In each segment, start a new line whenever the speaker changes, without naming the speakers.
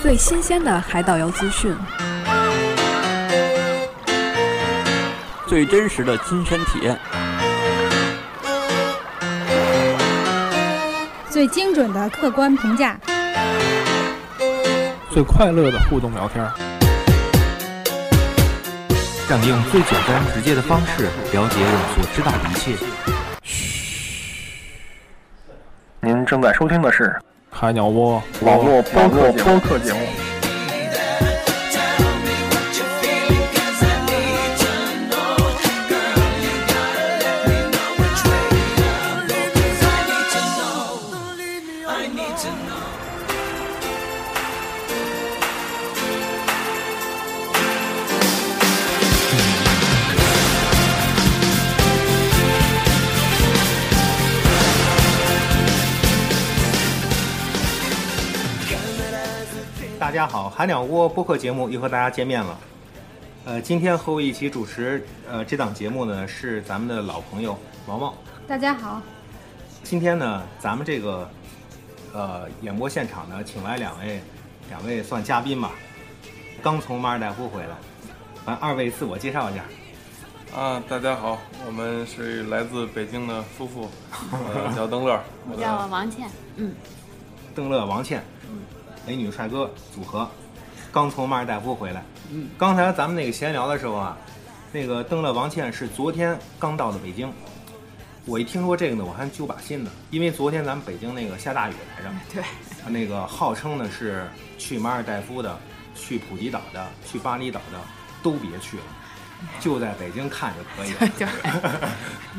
最新鲜的海岛游资讯，
最真实的亲身体验，
最精准的客观评价，
最快乐的互动聊天。
让你用最简单直接的方式了解我们所知道的一切。
您正在收听的是
海鸟窝，
网络播客播客节目。
大家好，海鸟窝播客节目又和大家见面了。呃，今天和我一起主持呃这档节目呢是咱们的老朋友毛毛。
大家好，
今天呢，咱们这个呃演播现场呢，请来两位两位算嘉宾吧，刚从马尔代夫回来，完二位自我介绍一下。
啊，大家好，我们是来自北京的 夫妇，呃，叫登乐，我
我
的
叫王倩，嗯，
邓乐、王倩，美女帅哥组合，刚从马尔代夫回来。
嗯，
刚才咱们那个闲聊的时候啊，那个邓乐、王倩是昨天刚到的北京。我一听说这个呢，我还揪把心呢，因为昨天咱们北京那个下大雨来着，
嗯
啊
对，
那个号称呢是去马尔代夫的、去普吉岛的、去巴厘岛的都别去了，就在北京看就可以 了。
对，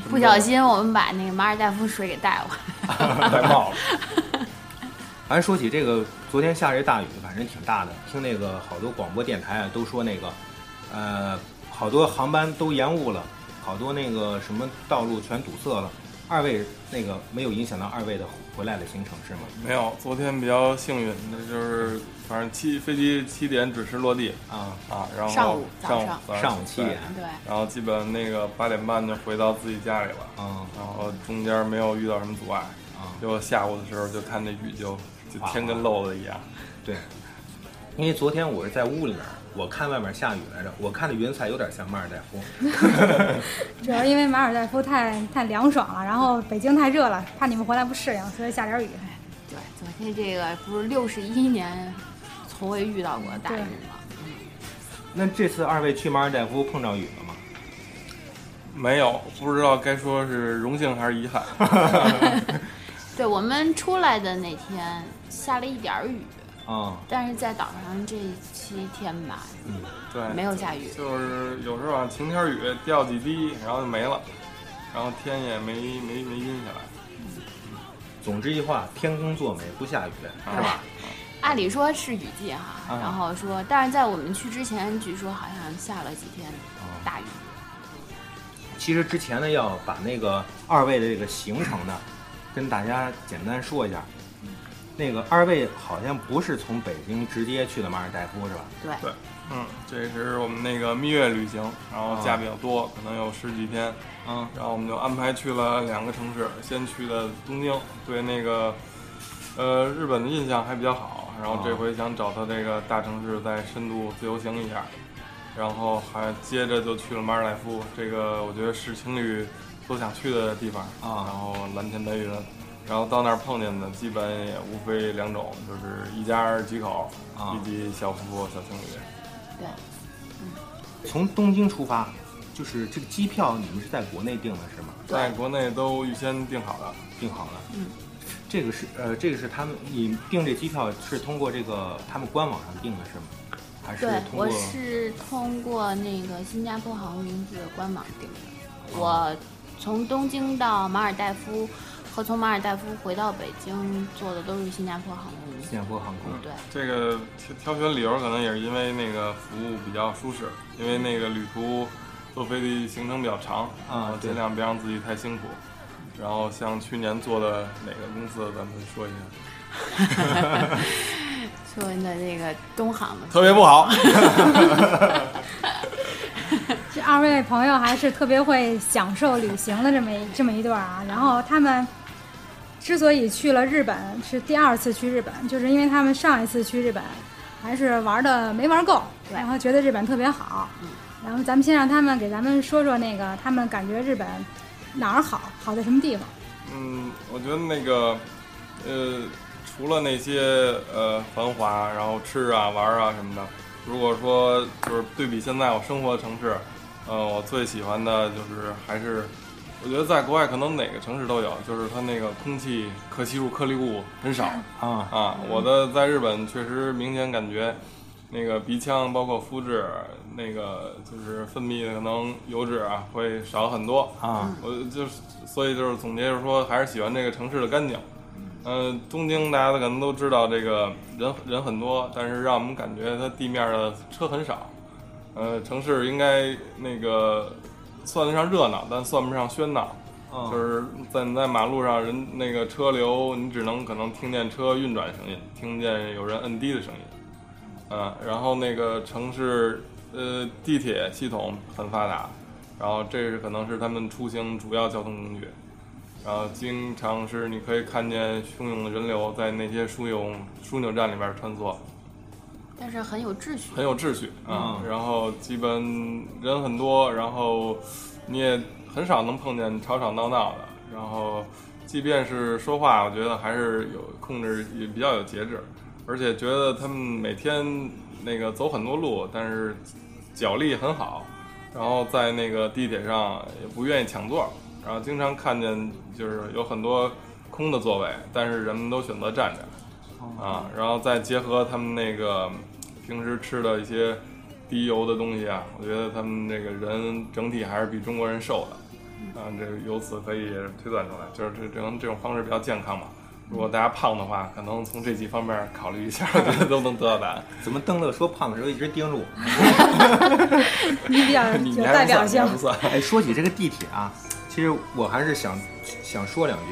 不小心我们把那个马尔代夫水给带过 来，
戴帽了。 咱说起这个，昨天下这大雨，反正挺大的。听那个好多广播电台啊，都说那个，呃，好多航班都延误了，好多那个什么道路全堵塞了。二位那个没有影响到二位的回来的行程是吗？
没有，昨天比较幸运，那就是反正七飞机七点准时落地
啊，
啊，然后
上午早
上
上
早
上午七点，
对，
然后基本那个八点半就回到自己家里了，
嗯
然后中间没有遇到什么阻碍，
啊，
结果下午的时候就看那雨就就天跟漏了一样，
对，因为昨天我是在屋里面，我看外面下雨来着，我看的云彩有点像马尔代夫。
主要因为马尔代夫太太凉爽了，然后北京太热了，怕你们回来不适应，所以下点雨。
对，昨天这个不是六十一年从未遇到过的大雨吗？
那这次二位去马尔代夫碰着雨了吗？
没有，不知道该说是荣幸还是 遗憾。
对我们出来的那天下了一点儿雨，
啊、
但是在岛上这七天吧，
对，
没有下雨，
就是有时候啊，晴天雨掉几滴，然后就没了，然后天也没没没阴下来。
总之一话，天公作美，不下雨。
啊
是吧？
按理说是雨季哈，
啊
然后说，但是在我们去之前，据说好像下了几天大雨，
其实之前呢，要把那个二位的这个行程呢，跟大家简单说一下。
嗯
那个二位好像不是从北京直接去的马尔代夫是吧？
对，
对，嗯，这是我们那个蜜月旅行，然后假比较多，可能有十几天，
嗯，
然后我们就安排去了两个城市，先去的东京，对那个呃日本的印象还比较好，然后
啊
这回想找他这个大城市再深度自由行一下，然后还接着就去了马尔代夫，这个我觉得是情侣都想去的地方
啊
然后蓝天白云，然后到那儿碰见的基本也无非两种，就是一家几口，
啊
以及小夫妇、小情侣。
对，
从东京出发，就是这个机票你们是在国内订的是吗？
在国内都预先定好了，
订好了。
嗯。
这个是呃，这个是他们你订这机票是通过这个他们官网上订的是吗？还是
对，
通过
我是通过那个新加坡航空公司的官网订
哦
的。我从东京到马尔代夫和从马尔代夫回到北京坐的都是新加坡航空公司。
新加坡航空？
嗯对，
这个挑挑选理由可能也是因为那个服务比较舒适，因为那个旅途坐飞机行程比较长，
啊
然后
对
尽量别让自己太辛苦。然后像去年做的哪个公司，咱们说一下，
坐的那个东航的。
特别不好。
这二位朋友还是特别会享受旅行的这么一这么一段啊。然后他们之所以去了日本，是第二次去日本，就是因为他们上一次去日本，还是玩的没玩够，
对
然后觉得日本特别好。然后咱们先让他们给咱们说说那个他们感觉日本哪儿好，好在什么地方。
嗯，我觉得那个，呃，除了那些呃繁华，然后吃啊、玩啊什么的，如果说就是对比现在我生活的城市，呃，我最喜欢的就是还是，我觉得在国外可能哪个城市都有，就是它那个空气可吸入颗粒物很少
啊，
啊。我的在日本确实明显感觉，那个鼻腔包括肤质，那个就是分泌的可能油脂啊会少很多
啊。
我就是，所以就是总结就是说，还是喜欢这个城市的干净。嗯、东京大家可能都知道，这个人人很多，但是让我们感觉它地面的车很少。呃，城市应该那个算得上热闹，但算不上喧闹。
嗯
就是在你在马路上人那个车流，你只能可能听见车运转声音，听见有人摁滴的声音。嗯，然后那个城市呃地铁系统很发达，然后这是可能是他们出行主要交通工具，然后经常是你可以看见汹涌的人流在那些枢纽枢纽站里边穿梭，
但是很有秩序
很。有秩序啊、然后基本人很多，然后你也很少能碰见吵吵闹闹的，然后即便是说话，我觉得还是有控制，也比较有节制，而且觉得他们每天那个走很多路，但是脚力很好，然后在那个地铁上也不愿意抢座，然后经常看见就是有很多空的座位，但是人们都选择站着。啊，然后再结合他们那个平时吃的一些低油的东西啊，我觉得他们这个人整体还是比中国人瘦的，啊，这个由此可以推断出来，就是这这种这种方式比较健康嘛。如果大家胖的话，可能从这几方面考虑一下，我觉得都能得到答案。
怎么邓乐说胖的时候一直盯着我？
你比较
你
有
你
代
还
表
不算，你
性
还，不算。
哎，说起这个地铁啊，其实我还是想想说两句，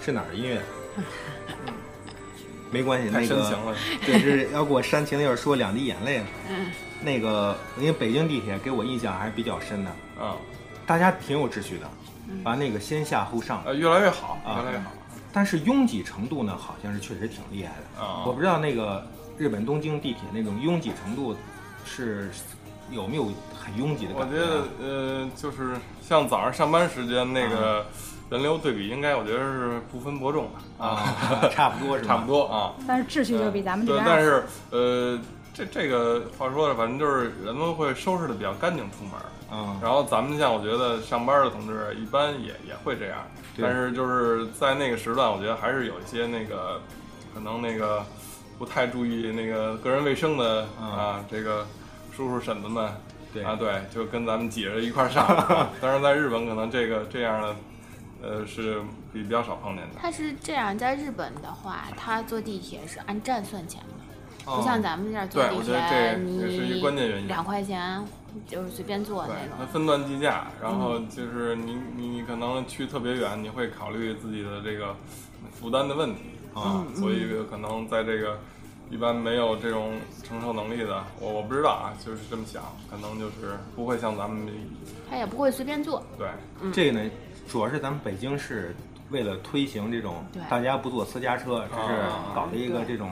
是哪儿的音 乐？没关系，
太
那
深情
个
了，
对，是要给我煽情，要是说两滴眼泪。
嗯，
那个，因为北京地铁给我印象还是比较深的，
嗯，
大家挺有秩序的，完那个先下后上，
呃，越来越好，
啊
越来越好。
但是拥挤程度呢，好像是确实挺厉害的。
啊
我不知道那个日本东京地铁那种拥挤程度是有没有很拥挤的
我
感
觉
觉啊。
得，呃，就是像早上上班时间那个人流对比，应该我觉得是不分伯仲吧。
啊， 差不多是吧？
差不。多啊。
但是秩序就比咱们这
对，
边
但
儿
是呃，这这个话说的，反正就是人们会收拾的比较干净出门儿。
嗯，
然后咱们像我觉得上班的同志一般也也会这样，
对
但是就是在那个时段，我觉得还是有一些那个可能那个不太注意那个个人卫生的、
嗯
啊，这个叔叔婶子们
对
啊，对，就跟咱们挤着一块 儿上。啊当然，在日本可能这个这样的呃是比比较少碰见的。
它是这样，在日本的话，它坐地铁是按站算钱的，不像咱们这儿坐
哦对
地
我觉
铁
得这，
你
也是一个关键原因
两块钱就是随便坐那
对，它
种。
分段计价，然后就是你你可能去特别远，你会考虑自己的这个负担的问题啊，所以可能在这个一般没有这种承受能力的，我我不知道啊，就是这么想，可能就是不会像咱们
它也不会随便坐。
对
嗯
这个呢，主要是咱们北京市为了推行这种
对
大家不坐私家车，只是搞了一个这种。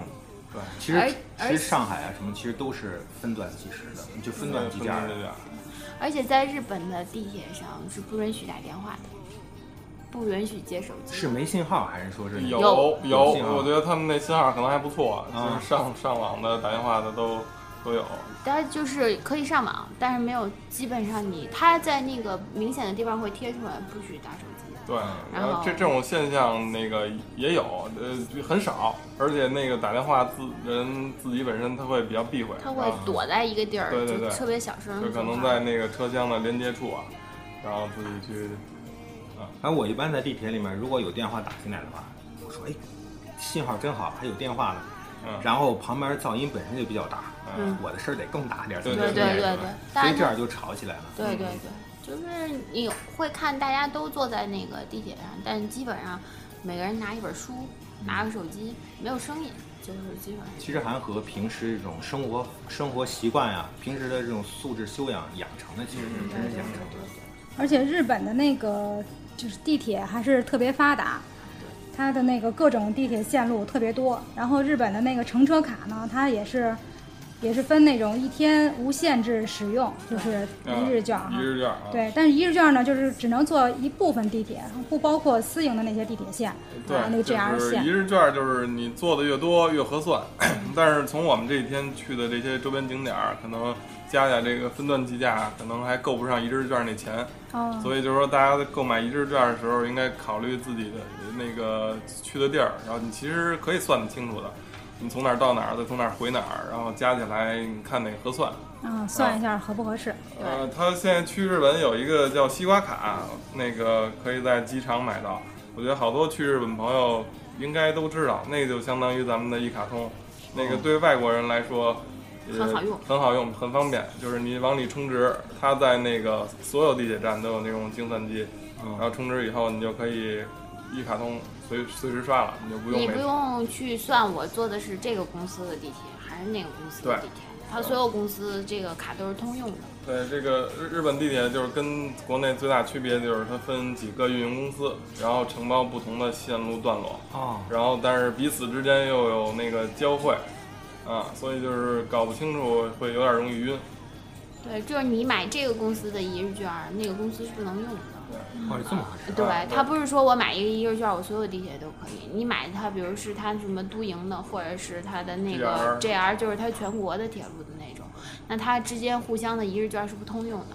对
其实
而
其实上海啊什么，其实都是分段计时的，就分段计
计
价
价
的。
而且在日本的地铁上是不允许打电话的，不允许接手机。
是没信号还是说是
有
有
有，
信号
我觉得他们那信号可能还不错，就
啊
是上上网的、打电话的都都有。
但就是可以上网，但是没有，基本上你它在那个明显的地方会贴出来，不许打手机。
对，
然
然
后
后这这种现象那个也有，呃，很少，而且那个打电话自人自己本身他会比较避讳，
它会
啊
躲在一个地儿，
对对对
就特别小声。
就可能在那个车厢的连接处啊，然后自己去，
反正我一般在地铁里面，如果有电话打进来的话，我说哎，信号真好，还有电话呢。
嗯，
然后旁边噪音本身就比较大，
嗯
我的事儿得更大点儿，
对
对对对对，
所
大
以这
家
样
都
就吵起来了。
对对对，
嗯
就是你会看大家都坐在那个地铁上，但是基本上每个人拿一本书，拿个手机，没有声音，就是基本上。
其实还和平时这种生活生活习惯呀、平时的这种素质修养养成的，其实是真是养成的。
而且日本的那个就是地铁还是特别发达。它的那个各种地铁线路特别多。然后日本的那个乘车卡呢，它也是也是分那种一天无限制使用，就是一日券哈。
一日券啊，
对，但是一日券呢，就是只能坐一部分地铁，不包括私营的那些地铁线，
对
啊，那个 JR
就是一
线。
日券就是你做的越多越合算， 但是从我们这几天去的这些周边景点儿，可能加起来这个分段计价，可能还够不上一日券那钱，
哦，
所以就是说大家在购买一日券的时候，应该考虑自己的那个去的地儿，然后你其实可以算得清楚的，你从哪儿到哪儿，再从哪儿回哪儿，然后加起来你看哪个合算。
嗯，
啊
算一下合不合适。
呃，他现在去日本有一个叫西瓜卡，那个可以在机场买到。我觉得好多去日本朋友应该都知道，那个就相当于咱们的一卡通，那个对外国人来说。呃
哦很好用
很好用，很方便。就是你往里充值，它在那个所有地铁站都有那种精算机，
嗯
然后充值以后你就可以一卡通随随时刷了，你就不用
你
每
不用去算我坐的是这个公司的地铁还是那个公司的
对
地铁，它所有公司这个卡都是通用的。
对，这个日日本地铁就是跟国内最大区别就是它分几个运营公司，然后承包不同的线路段落，
哦，
然后但是彼此之间又有那个交汇，啊，所以就是搞不清楚会有点容易晕。
对，就是你买这个公司的一日券，那个公司是不能用的。
哦，这么回事。
对
啊，
它不是说我买一个一日券，我所有地铁都可以。你买它，比如是它什么都营的，或者是它的那个 JR，就是它全国的铁路的那种，那它之间互相的一日券是不通用的。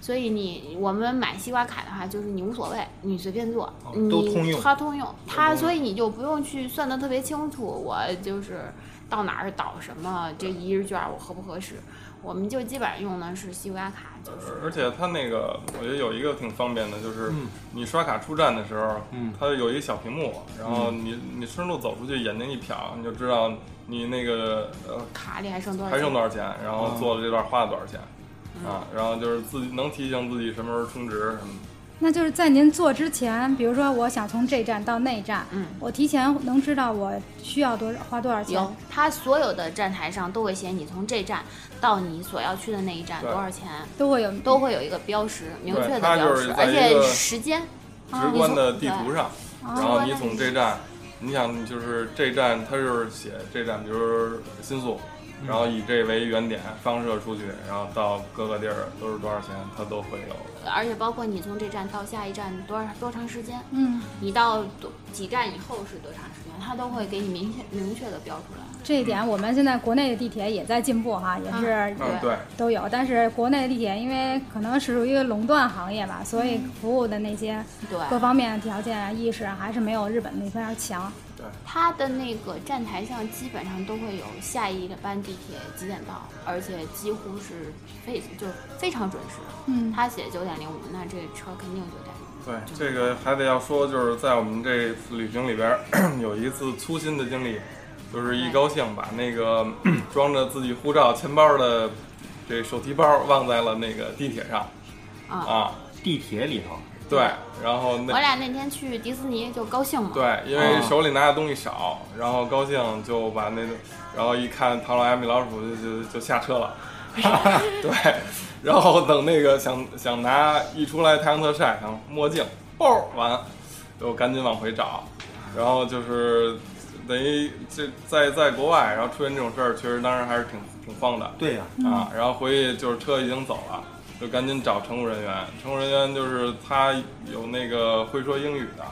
所以你我们买西瓜卡的话，就是你无所谓，你随便做，
哦
你
都通用
它通用，它所以你就不用去算得特别清楚，我就是到哪儿倒什么这一日券我合不合适，我们就基本上用的是西瓜卡，就是
而且它那个，我觉得有一个挺方便的，就是你刷卡出站的时候，它有一小屏幕，然后你你顺路走出去，眼睛一瞟，你就知道你那个呃
卡里还剩多少
还
钱？
剩多少钱，然后做了这段花了多少钱，啊，然后就是自己能提醒自己什么时候充值什么的。
那就是在您坐之前，比如说我想从这站到那站，
嗯
我提前能知道我需要多少花多少钱。
有，它所有的站台上都会写你从这站到你所要去的那一站
对
多少钱，
都会有
都会有一个标识，明确的
它就
标
是
识，
在
而
一
且
个
时间。
直观的地图上，
啊
然
哦
后你从这站，你想就是这站，它就是写这站，比如说新宿，然后以这为原点放射出去，然后到各个地儿都是多少钱，它都会有。
而且包括你从这站到下一站多少多长时间，
嗯，
你到多几站以后是多长时间，它都会给你明确明确的标出来。
这一点我们现在国内的地铁也在进步哈，也是
嗯，对，
都有。但是国内的地铁因为可能是属于垄断行业吧，所以服务的那些各
对，
方面条件啊、意识啊还是没有日本那边强。
它的那个站台上基本上都会有下一班地铁几点到，而且几乎是非就是非常准时。
嗯
它写九点零五，那这车肯定九点零。
对，这个还得要说，就是在我们这次旅行里边儿， 有一次粗心的经历，就是一高兴把那个装着自己护照、钱包的这手提包忘在了那个地铁上
啊，
啊。
地铁里头，
对，然后
我
那
俩那天去迪士尼就高兴嘛，
对，啊因为手里拿的东西少，然后高兴就把那，然后一看《螳螂、艾米、老鼠》就就就下车了，对，然后等那个想想拿一出来太阳特晒，想墨镜，嘣完，就赶紧往回找，然后就是等于这在在国外，然后出现这种事儿，确实当时还是挺挺慌的，
对呀，
嗯
啊，然后回去就是车已经走了，就赶紧找乘务人员。乘务人员就是他有那个会说英语的，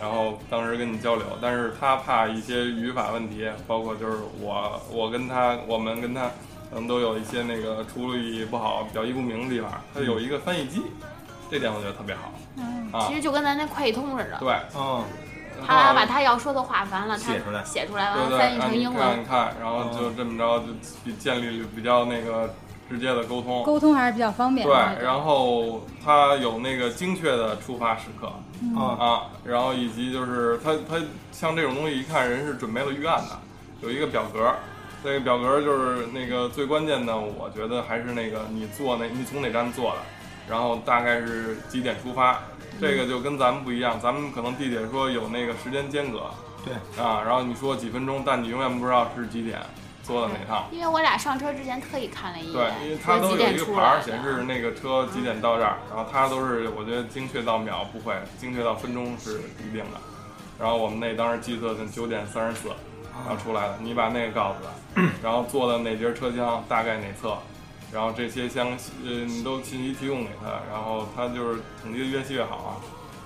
然后当时跟你交流，但是他怕一些语法问题，包括就是我我跟他我们跟他可能都有一些那个处理不好、表意不明的地方，他有一个翻译机，这点我觉得特别好。啊
嗯其，实就跟咱那快译通似的，
对，啊
嗯，
他俩把他要说的话完了，他
写出来
写出来
对
完
对，
了翻译
让
成
你
英
看
文
一，看，然后就这么着就比建立了比较那个直接的沟通。
沟通还是比较方便
对
的。，
然后它有那个精确的出发时刻
啊，
啊，然后以及就是它它像这种东西，一看人是准备了预案的，有一个表格，这个表格就是那个最关键的，我觉得还是那个你坐那，你从哪站坐的，然后大概是几点出发，这个就跟咱们不一样，咱们可能地铁说有那个时间间隔，
对
啊，然后你说几分钟，但你永远不知道是几点坐的哪趟。
因为我俩上车之前特意看了一
对
眼，，
因为它
说
都
几
有
点
一个
出
牌
来
儿
的
显示那个车几点到这儿，然后它都是我觉得精确到秒不会，精确到分钟是一定的。然后我们那当时计测是九点三十四，
啊
然后出来了，你把那个告诉 他，然后坐的哪节车厢，大概哪侧，然后这些相呃你都信息提供给他，然后他就是统计的越细越好啊，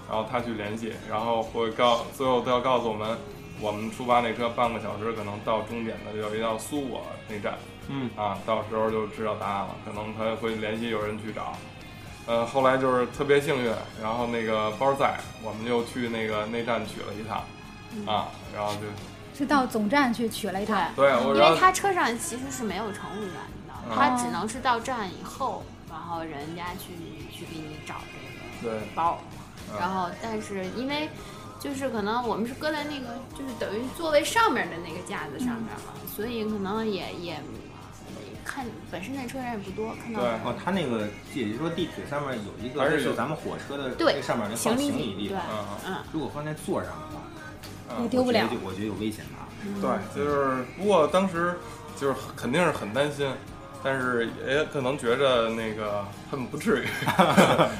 然后他去联系，然后会告最后都要告诉我们，我们出发那车半个小时可能到终点的有一叫苏我那站，
嗯
啊，到时候就知道答案了，可能他会联系有人去找。呃，后来就是特别幸运，然后那个包在，我们又去那个内站取了一趟，
嗯
啊，然后就是
到总站去取了一趟。
对
因
我然
为
后嗯
他车上其实是没有乘务员的，他只能是到站以后，然后人家去去给你找这个
对
包，
嗯
然后但是因为就是可能我们是搁在那个就是等于座位上面的那个架子上面了，所以可能也也看本身那车人也不多，看到
对
人
哦，他那个也就是说地铁上面有一个，
还是
类似
有
咱们火车的
对
那上面那放
行
行
李地
李地
对
方，
嗯
嗯，
如果放在座上的话，
也
嗯，
丢不了
我觉得就我觉得有危险吧。
对，就是不过当时就是肯定是很担心，但是也可能觉着那个他们不至 于，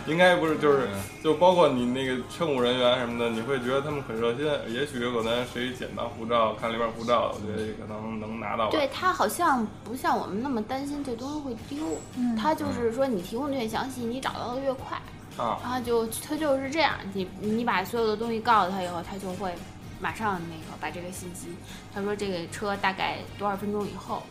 应该不是就是就包括你那个乘务人员什么的，你会觉得他们很热心，也许有可能谁捡到护照看里边护照，我觉得可能能拿到吧。
对他好像不像我们那么担心这东西会丢，
嗯
他就是说你提供的越详细，你找到的越快。
啊，
然后就他就是这样，你你把所有的东西告诉他以后，他就会马上那个把这个信息，他说这个车大概多少分钟以后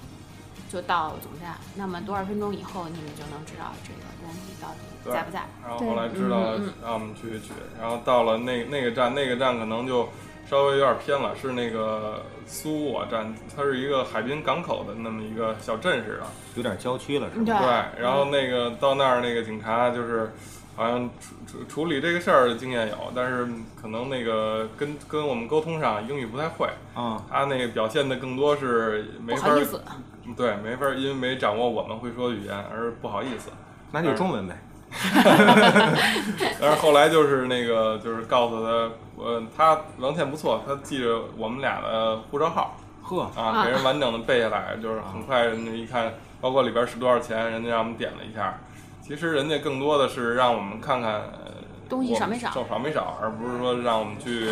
就到总站，那么多少分钟以后你们就能知道这个东西到底
对
在不在。
然后后来知道
嗯
了让我们去取，然后到了那那个站，那个站可能就稍微有点偏了，是那个苏我站，它是一个海滨港口的那么一个小镇似的。
有点郊区了，是吧？
对嗯
对，然后那个到那儿那个警察就是，好像处处处理这个事儿的经验有，但是可能那个跟跟我们沟通上英语不太会，
嗯
啊，
他那个表现的更多是没
不
法嗯
好意思，
对，没法因为掌握我们会说的语言而不好意思。
那就中文呗。
但是后来就是那个，就是告诉他，呃，他文倩不错，他记着我们俩的护照号
呵，
啊，给人完整的背下来，就是很快人家一看，包括里边是多少钱，人家让我们点了一下。其实人家更多的是让我们看看呃
东西
我们
少没少
少少没少，而不是说让我们去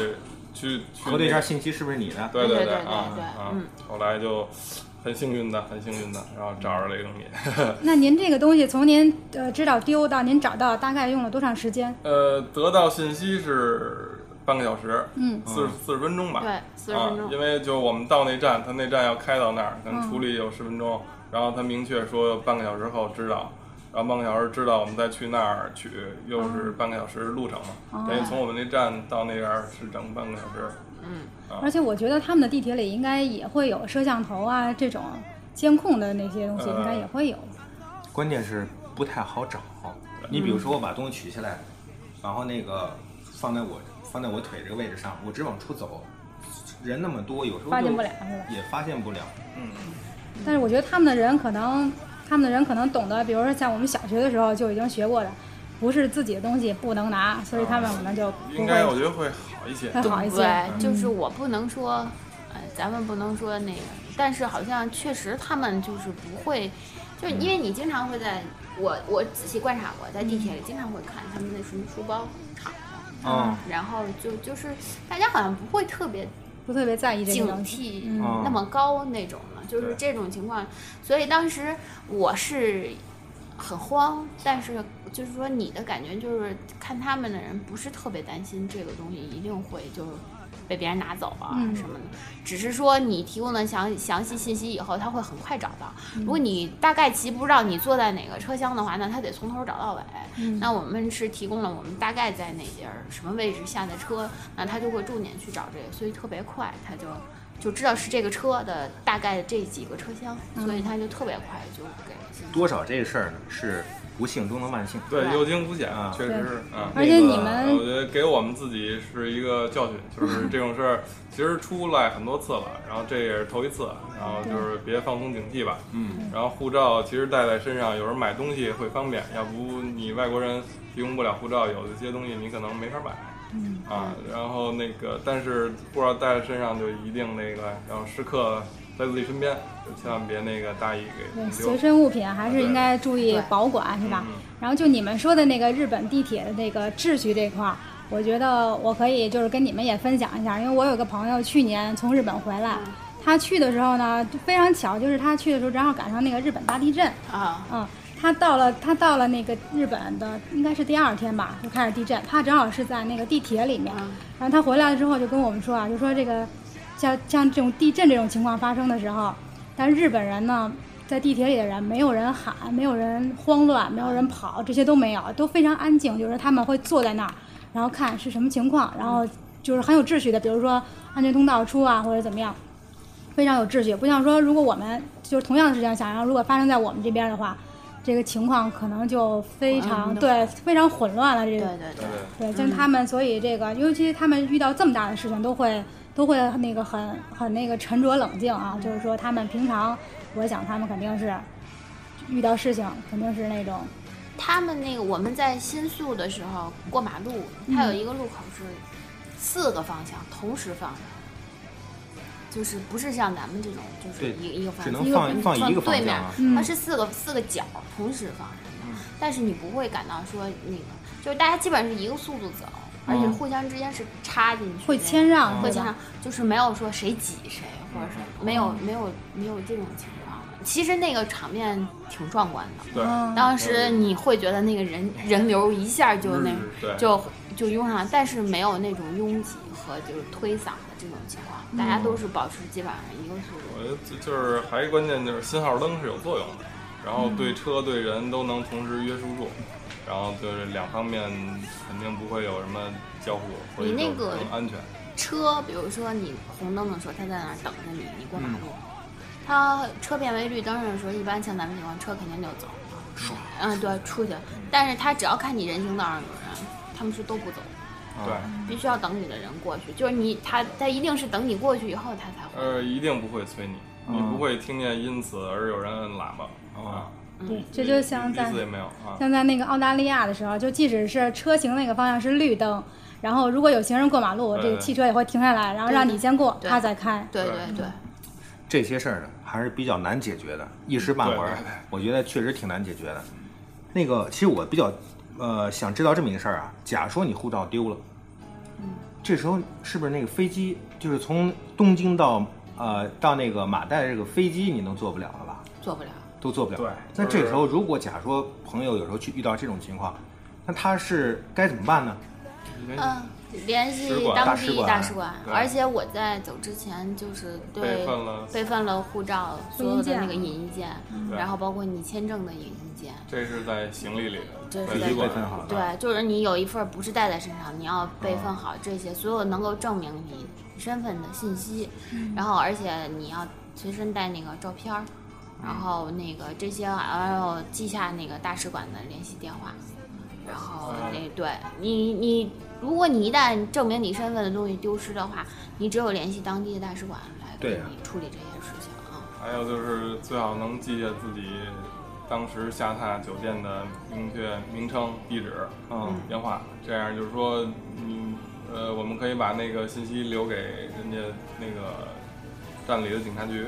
去
嗯
去
核对一
那
下
个
信息是不是你的？
对
对
对
对
啊
对对
啊
嗯！
后来就很幸运的，很幸运的，然后找着了一个东西。
那您这个东西从您呃知道丢到您找到，大概用了多长时间？
呃，得到信息是半个小时，
嗯
四十四十分钟吧，
对40分钟
啊，因为就我们到那站，他那站要开到那儿，可能处理有十分钟，然后他明确说半个小时后知道，然后半个小时知道，我们再去那儿取，又是半个小时路程嘛，等于从我们那站到那边儿是整半个小时，
而且我觉得他们的地铁里应该也会有摄像头啊这种监控的那些东西，
呃
应该也会有。
关键是不太好找。你比如说，我把东西取下来，然后那个放在我放在我腿这个位置上，我只往出走，人那么多，有时候
发现
就
不了嗯是吧
也发现不了。
但是我觉得他们的人可能，他们的人可能懂得，比如说像我们小学的时候就已经学过的，不是自己的东西不能拿，所以他们可能就不
啊应该我
会
觉得会好一些。
会好一些。
对，就是我不能说，呃，咱们不能说那个，但是好像确实他们就是不会，就是因为你经常会在我我仔细观察过，在地铁里经常会看他们那什么书包敞着，
嗯
然后就就是大家好像不会特别
不特别在意这
警
个东西。
惕
嗯
那么高那种的，就是
对
这种情况。所以当时我是很慌，但是就是说你的感觉就是看他们的人不是特别担心这个东西一定会就是被别人拿走啊
嗯
什么的，只是说你提供的详详细信息以后，他会很快找到。如果你大概其不知道你坐在哪个车厢的话，那他得从头找到尾。那我们是提供了我们大概在哪节儿什么位置下的车，那他就会重点去找这个，所以特别快，他就就知道是这个车的大概这几个车厢，所以他就特别快就给了信息。
多少这个事儿呢，是不幸中的万幸。
对，
对
有惊无险
啊
确实是啊。
而且你
呃
们
我觉得给我们自己是一个教训，就是这种事儿其实出来很多次了，然后这也是头一次，然后就是别放松警惕吧。嗯，然后护照其实带在身上，有时候买东西会方便，要不你外国人提供不了护照，有一些东西你可能没法买。嗯啊，然后那个，但是护照带在身上就一定那个，然后时刻在自己身边，就千万别那个大意给
对，
弄
随
丢。
身物品还是应该注意
对
保管，是吧
嗯？
然后就你们说的那个日本地铁的那个秩序这块儿，我觉得我可以就是跟你们也分享一下，因为我有个朋友去年从日本回来，他去的时候呢，就非常巧，就是他去的时候正好赶上那个日本大地震，
啊，
嗯，他到了，他到了那个日本的，应该是第二天吧，就开始地震。他正好是在那个地铁里面，
嗯
然后他回来之后就跟我们说啊，就说这个像像这种地震这种情况发生的时候，但日本人呢，在地铁里的人没有人喊，没有人慌乱，没有人跑，这些都没有，都非常安静，就是他们会坐在那儿，然后看是什么情况，然后就是很有秩序的，比如说安全通道出啊，或者怎么样。非常有秩序，不像说如果我们就是同样的事情，想要如果发生在我们这边的话，这个情况可能就非常
混乱的
对非常混乱了。这
对
个
对
对
对，
对，
对，像他们，所以这个，尤其他们遇到这么大的事情，都会都会那个很很那个沉着冷静啊。就是说，他们平常，我想他们肯定是遇到事情，肯定是那种
他们那个我们在新宿的时候过马路，
嗯
它有一个路口是四个方向同时放的，就是不是像咱们这种就是
对
一一个方
只
向，
能放放一个方
对面
向啊，
嗯
它是四个四个角同时放的
嗯，
但是你不会感到说那个，就是大家基本上是一个速度走，而
嗯
且互相之间是插进去的，
会谦让，
嗯会
对
加
吧？
上，就是没有说谁挤谁，或者
嗯
是没有没有没有这种情况。其实那个场面挺壮观的，
对
嗯
当时你会觉得那个人人流一下就那
嗯对
就就拥上，但是没有那种拥挤和就是推搡的这种情况，大家都是保持基本上一个速
我
度。
觉得就就是还有一关键就是信号灯是有作用的，然后对车对人都能同时约束住，然后就是两方面肯定不会有什么交互，所以
你那
就
个
更安全。
车，比如说你红灯的时候，他在那儿等着你，你过马路。他车变为绿灯的时候，一般像咱们这种车肯定就走了，嗯，对，出去。但是他只要看你人行道上有人，他们是都不走的。啊
对，
必须要等你的人过去，就是你他他一定是等你过去以后他才会。
呃，一定不会催你，
啊
你
嗯
不会听见因此而有人摁喇叭
哦
啊，
对，这就像
一
在
次也没有啊。
像在那个澳大利亚的时候，就即使是车行那个方向是绿灯，然后如果有行人过马路，这
对
个汽车也会停下来，然后让你先过，
对
他再开。
对对对，
这些事儿呢还是比较难解决的，一时半会儿
对对对，
我觉得确实挺难解决的。那个，其实我比较呃想知道这么一个事儿啊，假说你护照丢了，
嗯
这时候是不是那个飞机就是从东京到呃到那个马代这个飞机你能坐不了了吧？
做不了。
都做不了。
对
那
就是
这时候如果假说朋友有时候去遇到这种情况，那他是该怎么办呢？
嗯，联系
使馆
当
大使
地
馆
大使馆，
对
而且我在走之前就是对
备份了嗯
备份了护照所有的那个影印件，
对
然后包括你签证的影印件。
这是在行李里，
这
在
是在
旅馆
备份好了
对，就是你有一份不是带在身上，你要备份好这些所有能够证明你身份的信息，然后而且你要随身带那个照片儿，
嗯
然后那个这些，啊然后记下那个大使馆的联系电话，然后
嗯
那对你你，如果你一旦证明你身份的东西丢失的话，你只有联系当地的大使馆来
对
给
啊
你处理这些事情啊。
还有就是最好能记下自己当时下榻酒店的明确名称、地址、
嗯
电话，这样就是说你呃，我们可以把那个信息留给人家那个站里的警察局，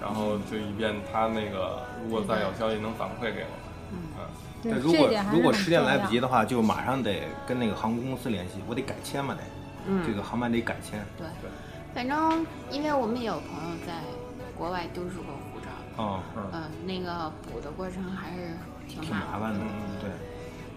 然后就以便他那个如果再有消息能反馈给我们。嗯，
对
那，如
这
果
点还
如
是
果
很
时
重
间
要。
来不及的话，就马上得跟那个航空公司联系，我得改签嘛得，嗯
嗯
这个航班得改签。
嗯对，反正因为我们也有朋友在国外丢失过护照。
哦，
呃，那个补的过程还是挺
挺麻
麻
烦
的。
的。嗯对，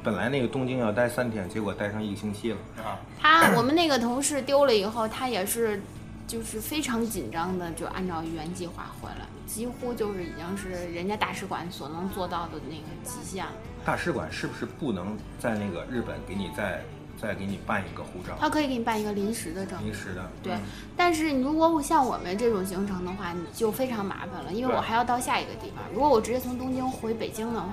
本来那个东京要待三天，结果待上一个星期了。
啊，
他我们那个同事丢了以后，他也是就是非常紧张的，就按照原计划回来，几乎就是已经是人家大使馆所能做到的那个极限了。
大使馆是不是不能在那个日本给你再再给你办一个护照？
他可以给你办一个临时的证。
临时的。嗯
对，
嗯
但是你如果像我们这种行程的话，你就非常麻烦了，因为
对
我还要到下一个地方。如果我直接从东京回北京的话，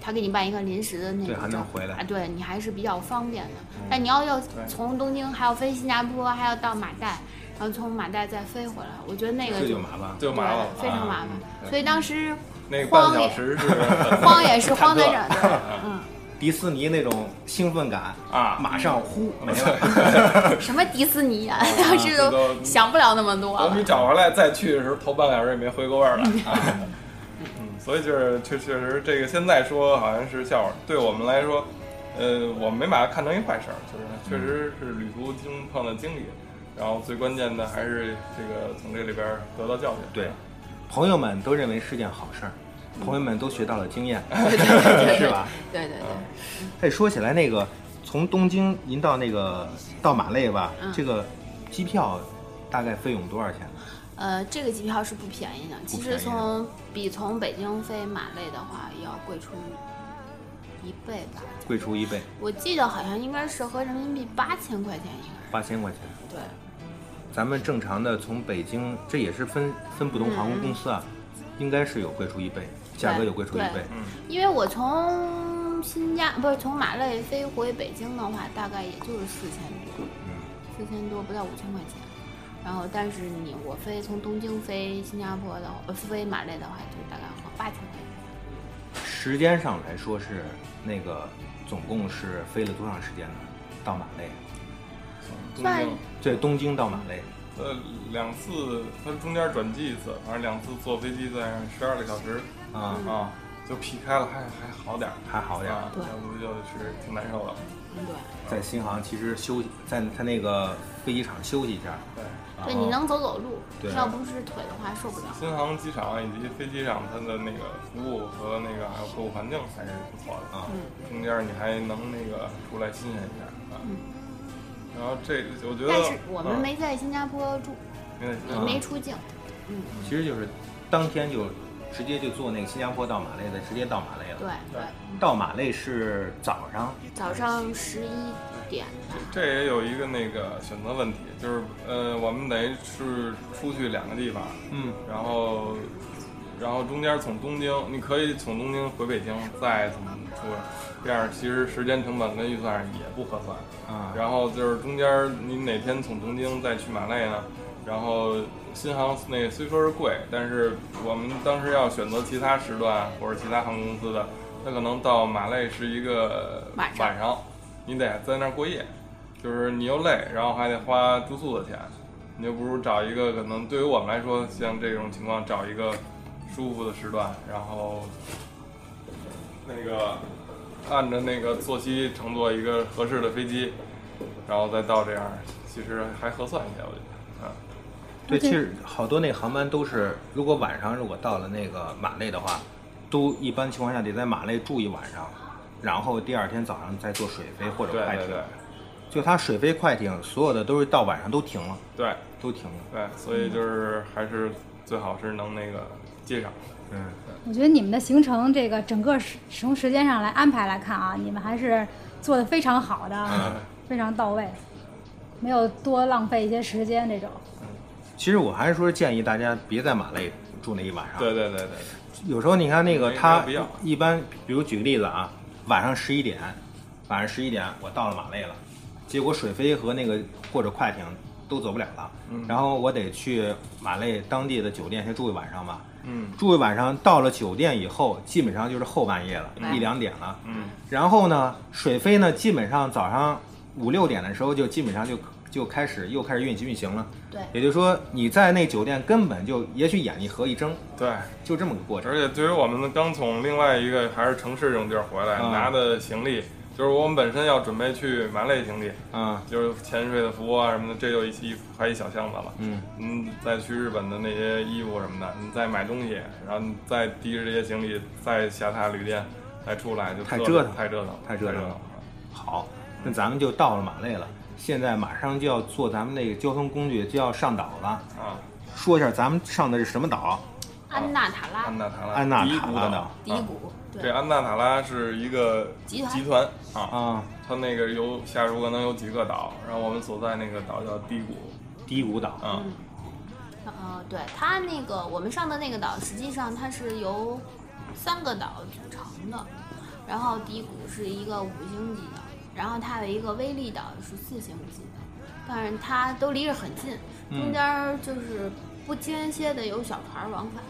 他给你办一个临时的那
对
个
还能回来
啊，对你还是比较方便的。
嗯
但你要要从东京还要飞新加坡，还要到马代，然后从马代再飞回来，我觉得那个
这就
就
麻烦了。
就麻烦了啊嗯
对非常麻烦。所以当时
那个半
慌
小
也
时是很
慌也是慌在这
忐
儿，
迪士尼那种兴奋感
啊
马上呼没了。
对什么迪 士尼啊， 当时
这
都
都
想不了那么多
等你
了。
找回来再去的时候，头半个小时也没回过味儿来。啊嗯，所以就是确确实这个现在说好像是笑话，对我们来说，呃，我们没把它看成一坏事儿，就是确实是旅途经碰到经历，然后最关键的还是这个从这里边儿得到教训。
对，朋友们都认为是件好事儿，朋友们都学到了经验，
嗯
是吧？
对对对，
哎，说起来那个，从东京您到那个到马累吧，
嗯
这个机票大概费用多少钱？
呃，这个机票是不便宜的，其
便
实
宜
从比从北京飞马累的话要贵出一倍吧。
贵出一倍，
我记得好像应该是合人民币八千块钱一个人。
八千块钱。
对，
咱们正常的从北京，这也是分分不同航空公司啊，应该是有贵出一倍，价格有贵出一
嗯对
倍。
因为我从新加不是从马累飞回北京的话，大概也就是四千多，四千多不到五千块钱。然后，但是你我飞从东京飞新加坡的话，呃，飞马累的话，就大概花八千块钱。
时间上来说是那个，总共是飞了多长时间呢？到马累，
东
算
京，
这东京到马累，
嗯呃，两次，它中间转机一次，反正两次坐飞机在十二个小时
啊、
啊，就劈开了，还还好点儿，
还好点儿。
啊，
嗯对
要不就是挺难受的。
嗯，对，
在新航其实休息，在他那个飞机场休息一下。啊
对，
然
对，
后
你能走走路
对，
要不是腿的话受不了。
新航机场以及飞机上它的那个服务和那个还有购物环境还是不错的
嗯
啊，
中间你还能那个出来新鲜一下啊。然后这我觉得，嗯
嗯但是我们
啊
没在新加坡住，
没问
也
题啊
没出境。
其实就是当天就直接就坐那个新加坡到马累的，直接到马累了。
对对，
到马累是早上，
早上十一点吧。
这也有一个那个选择问题，就是呃，我们等于是出去两个地方，
嗯，
然后然后中间从东京，你可以从东京回北京，再从出来，这样其实时间成本跟预算也不合算。
啊，
然后就是中间你哪天从东京再去马累呢？然后新航那虽说是贵，但是我们当时要选择其他时段或者其他航空公司的，它可能到马累是一个
晚上
晚上，你得在那儿过夜，就是你又累，然后还得花住宿的钱，你就不如找一个可能对于我们来说，像这种情况找一个舒服的时段，然后那个按着那个作息乘坐一个合适的飞机，然后再到这样，其实还合算一些，我觉得。啊，
对，
对
其实好多那个航班都是，如果晚上如果到了那个马累的话，都一般情况下得在马累住一晚上，然后第二天早上再坐水飞或者
对
快
对
艇。
对
就它水飞快艇，所有的都是到晚上都停了，
对
都停了。
对，所以就是还是最好是能那个接上。
嗯，
我觉得你们的行程这个整个时从时间上来安排来看啊，你们还是做的非常好的，非常到位，没有多浪费一些时间这种。
其实我还是说建议大家别在马累住那一晚上。
对对对对，
有时候你看那个
没
他
没必要
一般，比如举个例子啊，晚上十一点，晚上十一点我到了马累了，结果水飞和那个或者快艇都走不了了，
嗯
然后我得去马累当地的酒店先住一晚上吧。
嗯
住一晚上，到了酒店以后，基本上就是后半夜了，
嗯
一两点了。
嗯，
然后呢，水飞呢，基本上早上五六点的时候就基本上就就开始又开始运运行了。
对
也就是说你在那酒店根本就也许眼一合一睁，
对。
就这么个过程
而。且对于我们刚从另外一个还是城市这种地儿回来，
啊
拿的行李，就是我们本身要准备去马累行李，
嗯
啊就是潜水的服啊什么的，这就一一还一小箱子了。
嗯，
嗯，再去日本的那些衣服什么的，你再买东西，然后你再提着这些行李再下榻旅店，再出来就
太
特
折腾
太折腾了，
太
太
折腾了
了。
好，那咱们就到了马累了，现在马上就要坐咱们那个交通工具就要上岛了。
啊，
说一下咱们上的是什么岛？
安纳塔拉
安嗯纳塔拉，
安纳
第一
塔
股
拉啊
岛
岛
低谷，对
这，安纳塔拉是一个
集团
团啊，
啊，
它那个有下属可能有几个岛，然后我们所在那个岛叫低谷
低谷岛。
啊，
嗯呃，对，它那个我们上的那个岛，实际上它是由三个岛组成的，然后低谷是一个五星级岛，然后它有一个威力岛是四星级的，但是它都离着很近，中间儿就是不间歇的有小船儿往返，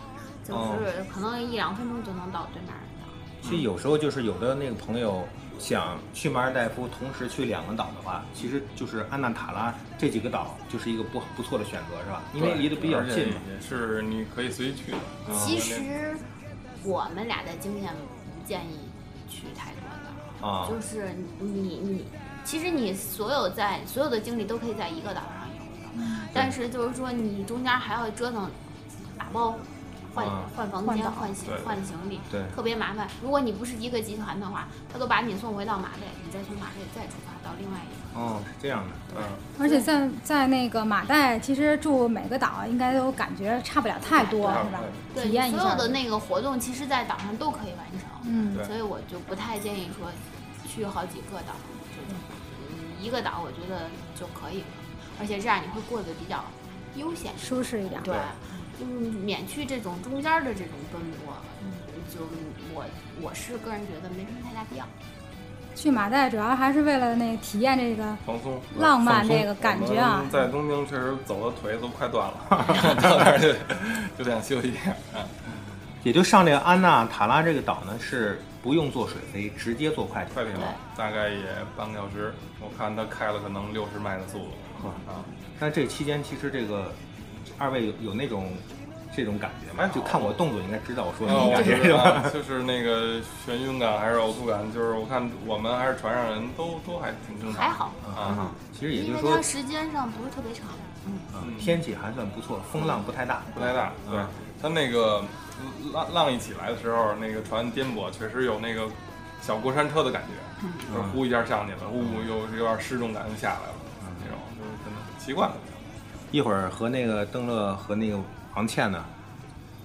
就
哦
是可能一两分钟就能到对面儿的岛。
其实有时候就是有的那个朋友想去马尔代夫，同时去两个岛的话，其实就是安纳塔拉这几个岛就是一个不不错的选择，是吧？因为
对
离得比较
而且
近嘛。
也是你可以随意去的。
嗯
啊
其实我们俩的经验不建议去太多岛，
啊
就是你你，其实你所有在所有的精力都可以在一个岛上有
嗯
的，但是就是说你中间还要折腾打包。换
啊
换房
换
间、
岛
换行
对
换行李，
对
特别麻烦。如果你不是一个集团的话，他都把你送回到马累，你再从马累再出发到另外一个。
哦，是这样的，嗯，
而且在在那个马代，其实住每个岛啊应该都感觉差不了太多，
差不
是吧
了？
对，
体验一
所有
下
的那个活动，其实在岛上都可以完成。
嗯
对
所以我就不太建议说去好几个岛，就是嗯一个岛我觉得就可以了，而且这样你会过得比较悠闲。
舒适一点。
对
对，
就是免去这种中间的这种奔波，就我我是个人觉得没什么太大必要。
去马代主要还是为了那体验这个
放松。
浪漫
放松
这个感觉啊
我们在东京确实走的腿都快断了， 到那儿就就想休息一下。
也就上这个安纳塔拉这个岛呢，是不用坐水飞，直接坐快
快
艇。
艇大概也半个小时，我看它开了可能六十迈的速度啊，
那这期间其实这个二位有有那种这种感觉
还
吗？
好
就看我动作应该知道我说的
那
什么
我
感哦
觉
觉是
得
吧
啊？就是那个眩晕感还是呕吐感，就是我看我们还是船上人都都还挺正常，
还好，
啊，
其实也
因
就是
为
说
它，时间上不是特别长。嗯，
嗯天气还算不错，风浪不太大，
不太大。对
嗯，
它那个浪浪一起来的时候，那个船颠簸，确实有那个小过山车的感觉，
嗯
就是呼一下上去了，呼
嗯
又有点失重感就下来了，那种就是可能习惯了。
一会儿和那个邓乐和那个王倩呢，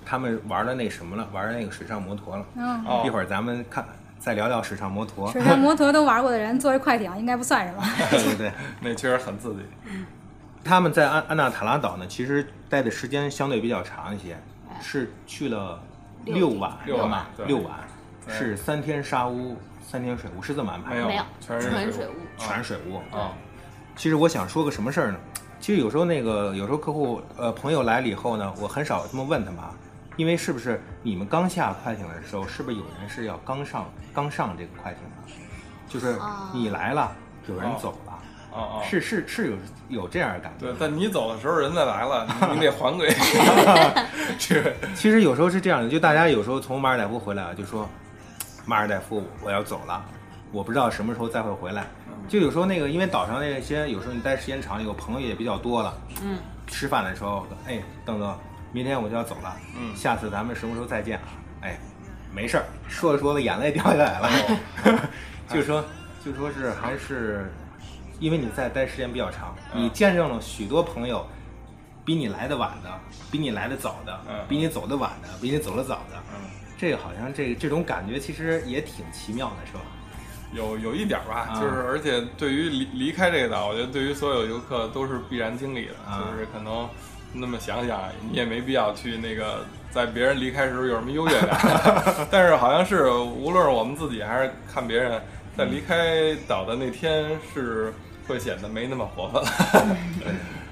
他们玩了那什么了，玩了那个水上摩托了。
嗯，
哦
一会儿咱们看再聊聊水上摩托。
水上摩托都玩过的人，坐一快艇应该不算什么。
对对对，
那确实很刺激。
他们在安安纳塔拉岛呢，其实待的时间相对比较长一些，是去了六晚，
六
对
晚
吧？
对
六晚
对嗯
是三天沙屋，三天水屋，是这么安排的
有
吗？
没有，
全是
纯
水
水务。
全水屋。
啊，
其实我想说个什么事儿呢？其实有时候那个有时候客户呃朋友来了以后呢，我很少这么问他们啊，因为是不是你们刚下快艇的时候，是不是有人是要刚上刚上这个快艇的？就是
啊
你来了，有人
哦
走了，
啊啊，
是是是有有这样的感觉
对，。但你走的时候人再来了，你你得 还给。 是，
其实有时候是这样的，就大家有时候从马尔代夫回来啊，就说马尔代夫我要走了，我不知道什么时候再会回来。
嗯
就有时候那个，因为岛上那些，有时候你待时间长了以后，朋友也比较多了。
嗯，
吃饭的时候，哎，邓哥，明天我就要走了，
嗯
下次咱们什么时候再见啊？哎，没事儿，说着说着眼泪掉下来了， 就说就说是还是因为你在待时间比较长，
嗯
你见证了许多朋友比你来的晚的，比你来的早的，
嗯
比你走的晚的，比你走的早的，
嗯，
这个好像这这种感觉其实也挺奇妙的，是吧？
有有一点吧，
啊
就是而且对于离离开这个岛，我觉得对于所有游客都是必然经历的，
啊
就是可能那么想想，你也没必要去那个在别人离开时候有什么优越 感，但是好像是无论是我们自己还是看别人，在离开岛的那天是会显得没那么活泛了，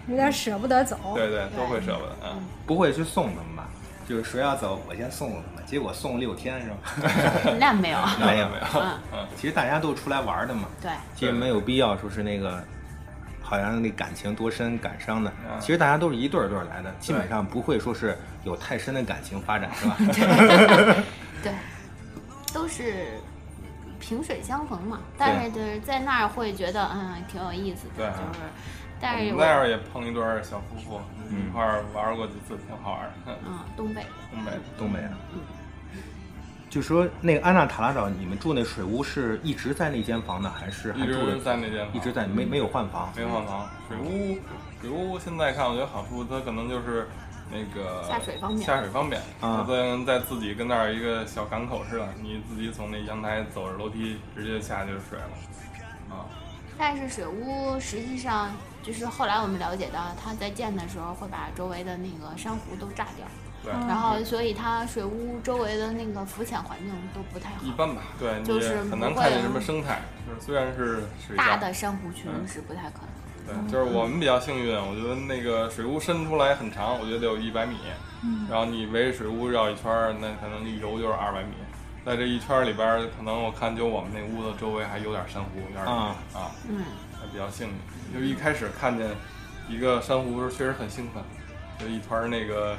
有点舍不得走。
嗯
对对，都会舍不得，嗯。
不会去送他们吧？就是谁要走，我先送他们，结果送六天是吧？
那没有，
没有
没有
嗯，
其实大家都出来玩的嘛，
对，
其实没有必要说是那个，好像那感情多深感伤的。
啊
其实大家都是一对儿对儿来的，基本上不会说是有太深的感情发展，是吧？
对，都是萍水相逢嘛。但是就是在那儿会觉得，嗯，挺有意思
对
的，
啊
就是，
我
但是
们
我
那儿也碰一对儿小夫妇，
嗯
一块儿玩过几次，挺好玩儿的。
嗯，东北
东北的，
东北啊。就说那个安娜塔拉岛，你们住那水屋是一直在那间房呢，还是还
一
住
直
了
在那间房，
一直在没没有换房？
没换房。水屋，水屋现在看，我觉得好处它可能就是那个
下水方便
下水方便。
啊
它跟在自己跟那儿一个小港口似的，你自己从那阳台走着楼梯直接下去就是水了。啊，
但是水屋实际上就是后来我们了解到，它在建的时候会把周围的那个珊瑚都炸掉，
对，
然后所以它水屋周围的那个浮潜环境都不太
一
好，
般吧，对，你
就是
也很难
不会
看见
有
什么生态。就是虽然是水嗯下
大的珊瑚群是不太可能。
对，就是我们比较幸运，我觉得那个水屋伸出来很长，我觉得得有一百米，
嗯
然后你围着水屋绕一圈儿，那可能一游就是二百米。在这一圈儿里边儿，可能我看就我们那屋子周围还有点珊瑚，有点儿
啊
啊，
嗯，
还比较幸运。就一开始看见一个珊瑚，确实很兴奋，就一团儿那个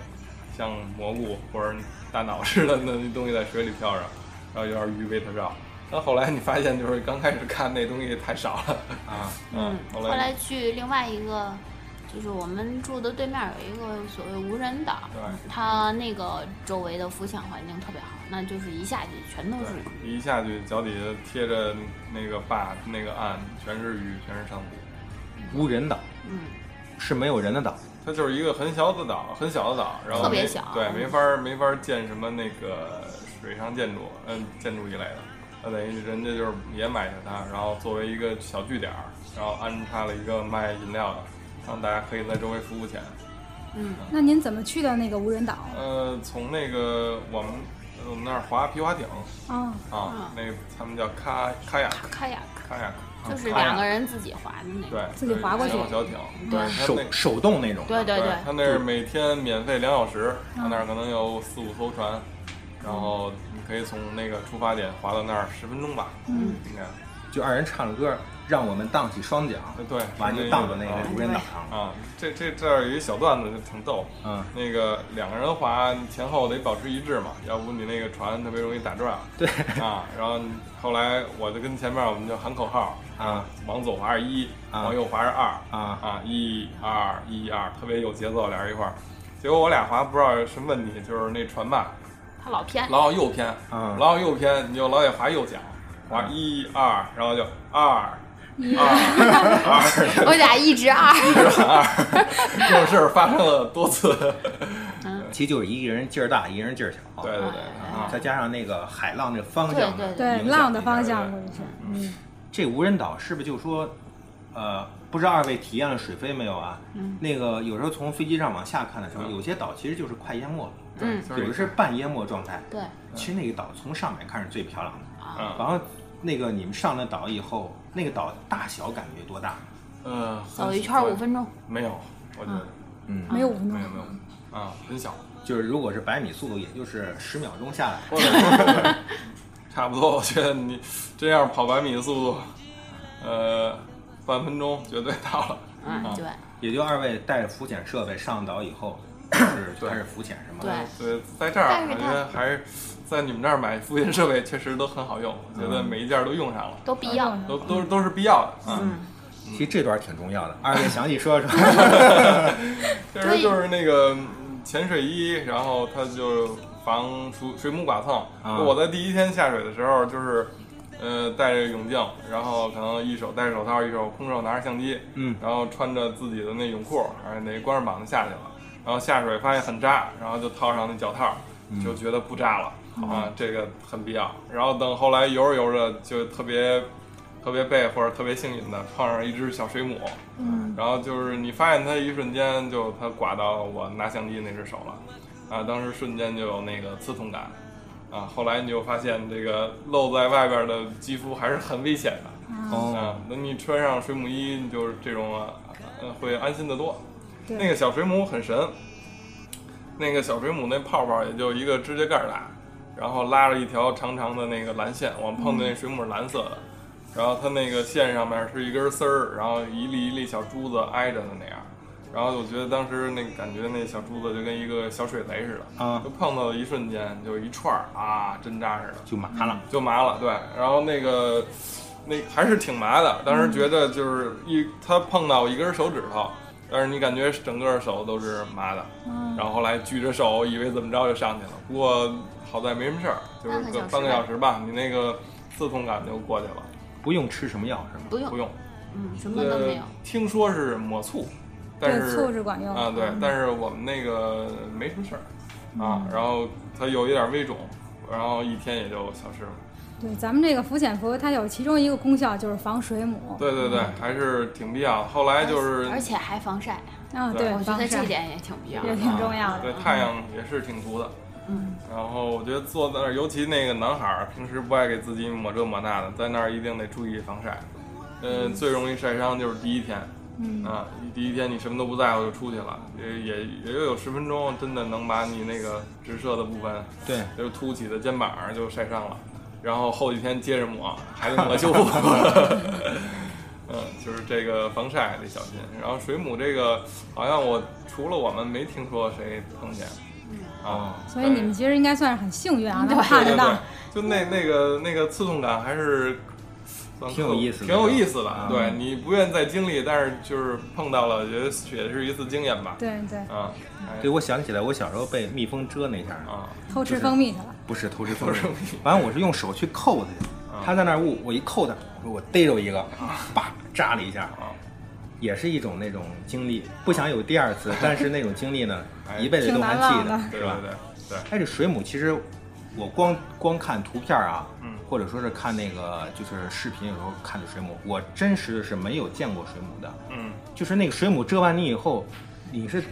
像蘑菇或者大脑似的那东西在水里飘着，然后有点鱼围它绕，但后来你发现就是刚开始看那东西太少了啊，
嗯，
后
后
来
来去另外一个，就是我们住的对面有一个所谓无人岛，
对
它那个周围的浮潜环境特别好，那就是一下去全都是鱼。
对，一下去脚底下贴着那个坝那个岸，全是鱼，全是珊瑚。
无人岛
嗯，
是没有人的岛，
它就是一个很小的岛，很小的岛，然后
特别
没
小
对，没法儿没法儿建什么那个水上建筑，嗯、建筑一类的。那等于人家就是也买下它，然后作为一个小据点儿，然后安插了一个卖饮料的，让大家可以在周围服务起来。
那您怎么去的那个无人岛？
呃，从那个我们我们那儿划皮划艇
啊，
嗯
啊，那他们叫卡卡雅
开呀，
卡雅，
就是
嗯卡雅
两个人自己划的那个。
对，
自己
对
划过去
小小艇，
对
它
手
那
手动那种。
对对对，
他那儿每天免费两小时，他那儿可能有四五艘船，然后你可以从那个出发点划到那儿十分钟吧，嗯，应该，
就二人唱着歌，让我们荡起双桨，
呃对，
完
是
就
那
荡到
意
那
思
个无人岛
啊啊，这这这儿有一小段子就挺逗，
嗯，
那个两个人划你前后得保持一致嘛，要不你那个船特别容易打转，对啊，然后后来我就跟前面我们就喊口号
啊，
往左划是一，
啊
往右划是二
啊
啊，一二一二，特别有节奏，俩人一块儿。结果我俩划不知道有什么问题，就是那船吧
它老偏。
老往右偏，
啊
老往右偏，你就老得划右脚，划一二，然后就二二二，
我俩一直二，
这种事儿发生了多次。
其实就是一个人劲儿大，一个人劲儿小。
对对对啊，
再加上那个海浪这方向
对
的
对
对，
影响
浪的
力啊
方向估计是，嗯，
这无人岛是不是就说，呃，不知道二位体验了水飞没有啊？
嗯
那个有时候从飞机上往下看的时候，有些岛其实就是快淹没了，
嗯，
有的是半淹没状态。
对，
其实那个岛从上面看是最漂亮的。
啊，
嗯
然后那个你们上了岛以后，那个岛大小感觉多大？
呃，
走一圈儿五分钟，
没有，我觉得
嗯，
没有五分钟
没有，没有啊，很小，
就是如果是百米速度，也就是十秒钟下来。
或者 差不多。我觉得你这样跑百米的速度，呃，半分钟绝对到了。
嗯，对
也就二位带着浮潜设备上岛以 后，就是
对
开始浮潜是吗？
对，
对，在这儿啊
但是
我觉
它
得还是在你们这儿买复印设备确实都很好用，我觉得每一件都用上了，
都必要。
嗯
都都都是必要的
嗯
啊。
其实这段挺重要的，嗯二位详细说 说。
确实就是那个嗯潜水衣，然后它就防水水母剐蹭。
啊
我在第一天下水的时候，就是呃戴着泳镜，然后可能一手戴着手套，一手空手拿着相机，
嗯
然后穿着自己的那泳裤，而那光着膀子下去了。然后下水发现很扎，然后就套上那脚套，
嗯
就觉得不扎了、啊，这个很必要。然后等后来游着游着就特别特别背或者特别幸运的碰上一只小水母，嗯，然后就是你发现它一瞬间就它刮到我拿相机那只手了，啊，当时瞬间就有那个刺痛感，啊，后来你就发现这个露在外边的肌肤还是很危险的，
哦，
啊，那你穿上水母衣，你就是这种啊，呃会安心的多。
对
那个小水母很神，那个小水母那泡泡也就一个指甲盖儿大，然后拉着一条长长的那个蓝线，我们碰的那水母是蓝色的，然后它那个线上面是一根丝儿，然后一粒一粒小珠子挨着的那样，然后我觉得当时那个感觉那小珠子就跟一个小水雷似的，
啊
就碰到的一瞬间就一串儿啊，针扎似的，
就麻了。
就麻了，对，然后那个那还是挺麻的，当时觉得就是一他碰到我一根手指头，但是你感觉整个手都是麻的，
啊
然后后来举着手以为怎么着就上去了，不过好在没什么事儿，就是
半个
个
小
半个小
时吧
时吧，你那个刺痛感就过去了，
不用吃什么药是吗？
不用
不，用。
嗯，什么都没有
呃。听说是抹醋，但
对，
是
醋是管用
啊，对，但是我们那个没什么事
嗯
儿啊，然后它有一点微肿，然后一天也就消失了。
对，咱们这个浮潜服它有其中一个功效就是防水母，
对对对，还是挺必要的。后来呃就是
而且还防晒，
啊，
对啊
对，
我觉
防
得这
晒
点也挺必要
也
的。
挺重要的
对。太阳也是挺毒的。嗯，然后我觉得坐在那儿，尤其那个男孩儿，平时不爱给自己抹这抹那的，在那儿一定得注意防晒。嗯，最容易晒伤就是第一天。嗯啊，第一天你什么都不在乎就出去了，也也也就有十分钟，真的能把你那个直射的部分，
对，
就是凸起的肩膀儿就晒伤了。然后后几天接着抹，还得 抹修复。嗯，就是这个防晒得小心。然后水母这个，好像我除了我们没听说谁碰见，
哦
啊，
所以你们其实应该算是很幸运啊，能
对
看
对
嗯得
对
到。，
就那那个那个刺痛感还是算
挺有意思的
挺有意思的
啊。
对你不愿再经历，但是就是碰到了，觉得也是一次经验吧。
对对，
啊，哎
对，我想起来，我小时候被蜜蜂蛰那下儿，
啊，
偷吃蜂蜜去了。
不是偷吃蜂蜜
偷吃蜂 蜜，
反正我是用手去扣它去
啊，
它在那儿捂，我一扣它，我说我逮着一个，叭扎了一下，
啊
也是一种那种经历，不想有第二次，但是那种经历呢，
哎
一辈子都还记
挺难忘
得，是
对对
吧？
对对，
哎，这水母其实我光光看图片儿啊，
嗯
或者说是看那个就是视频，有时候看的水母，我真实的是没有见过水母的，
嗯，
就是那个水母蛰完你以后，你是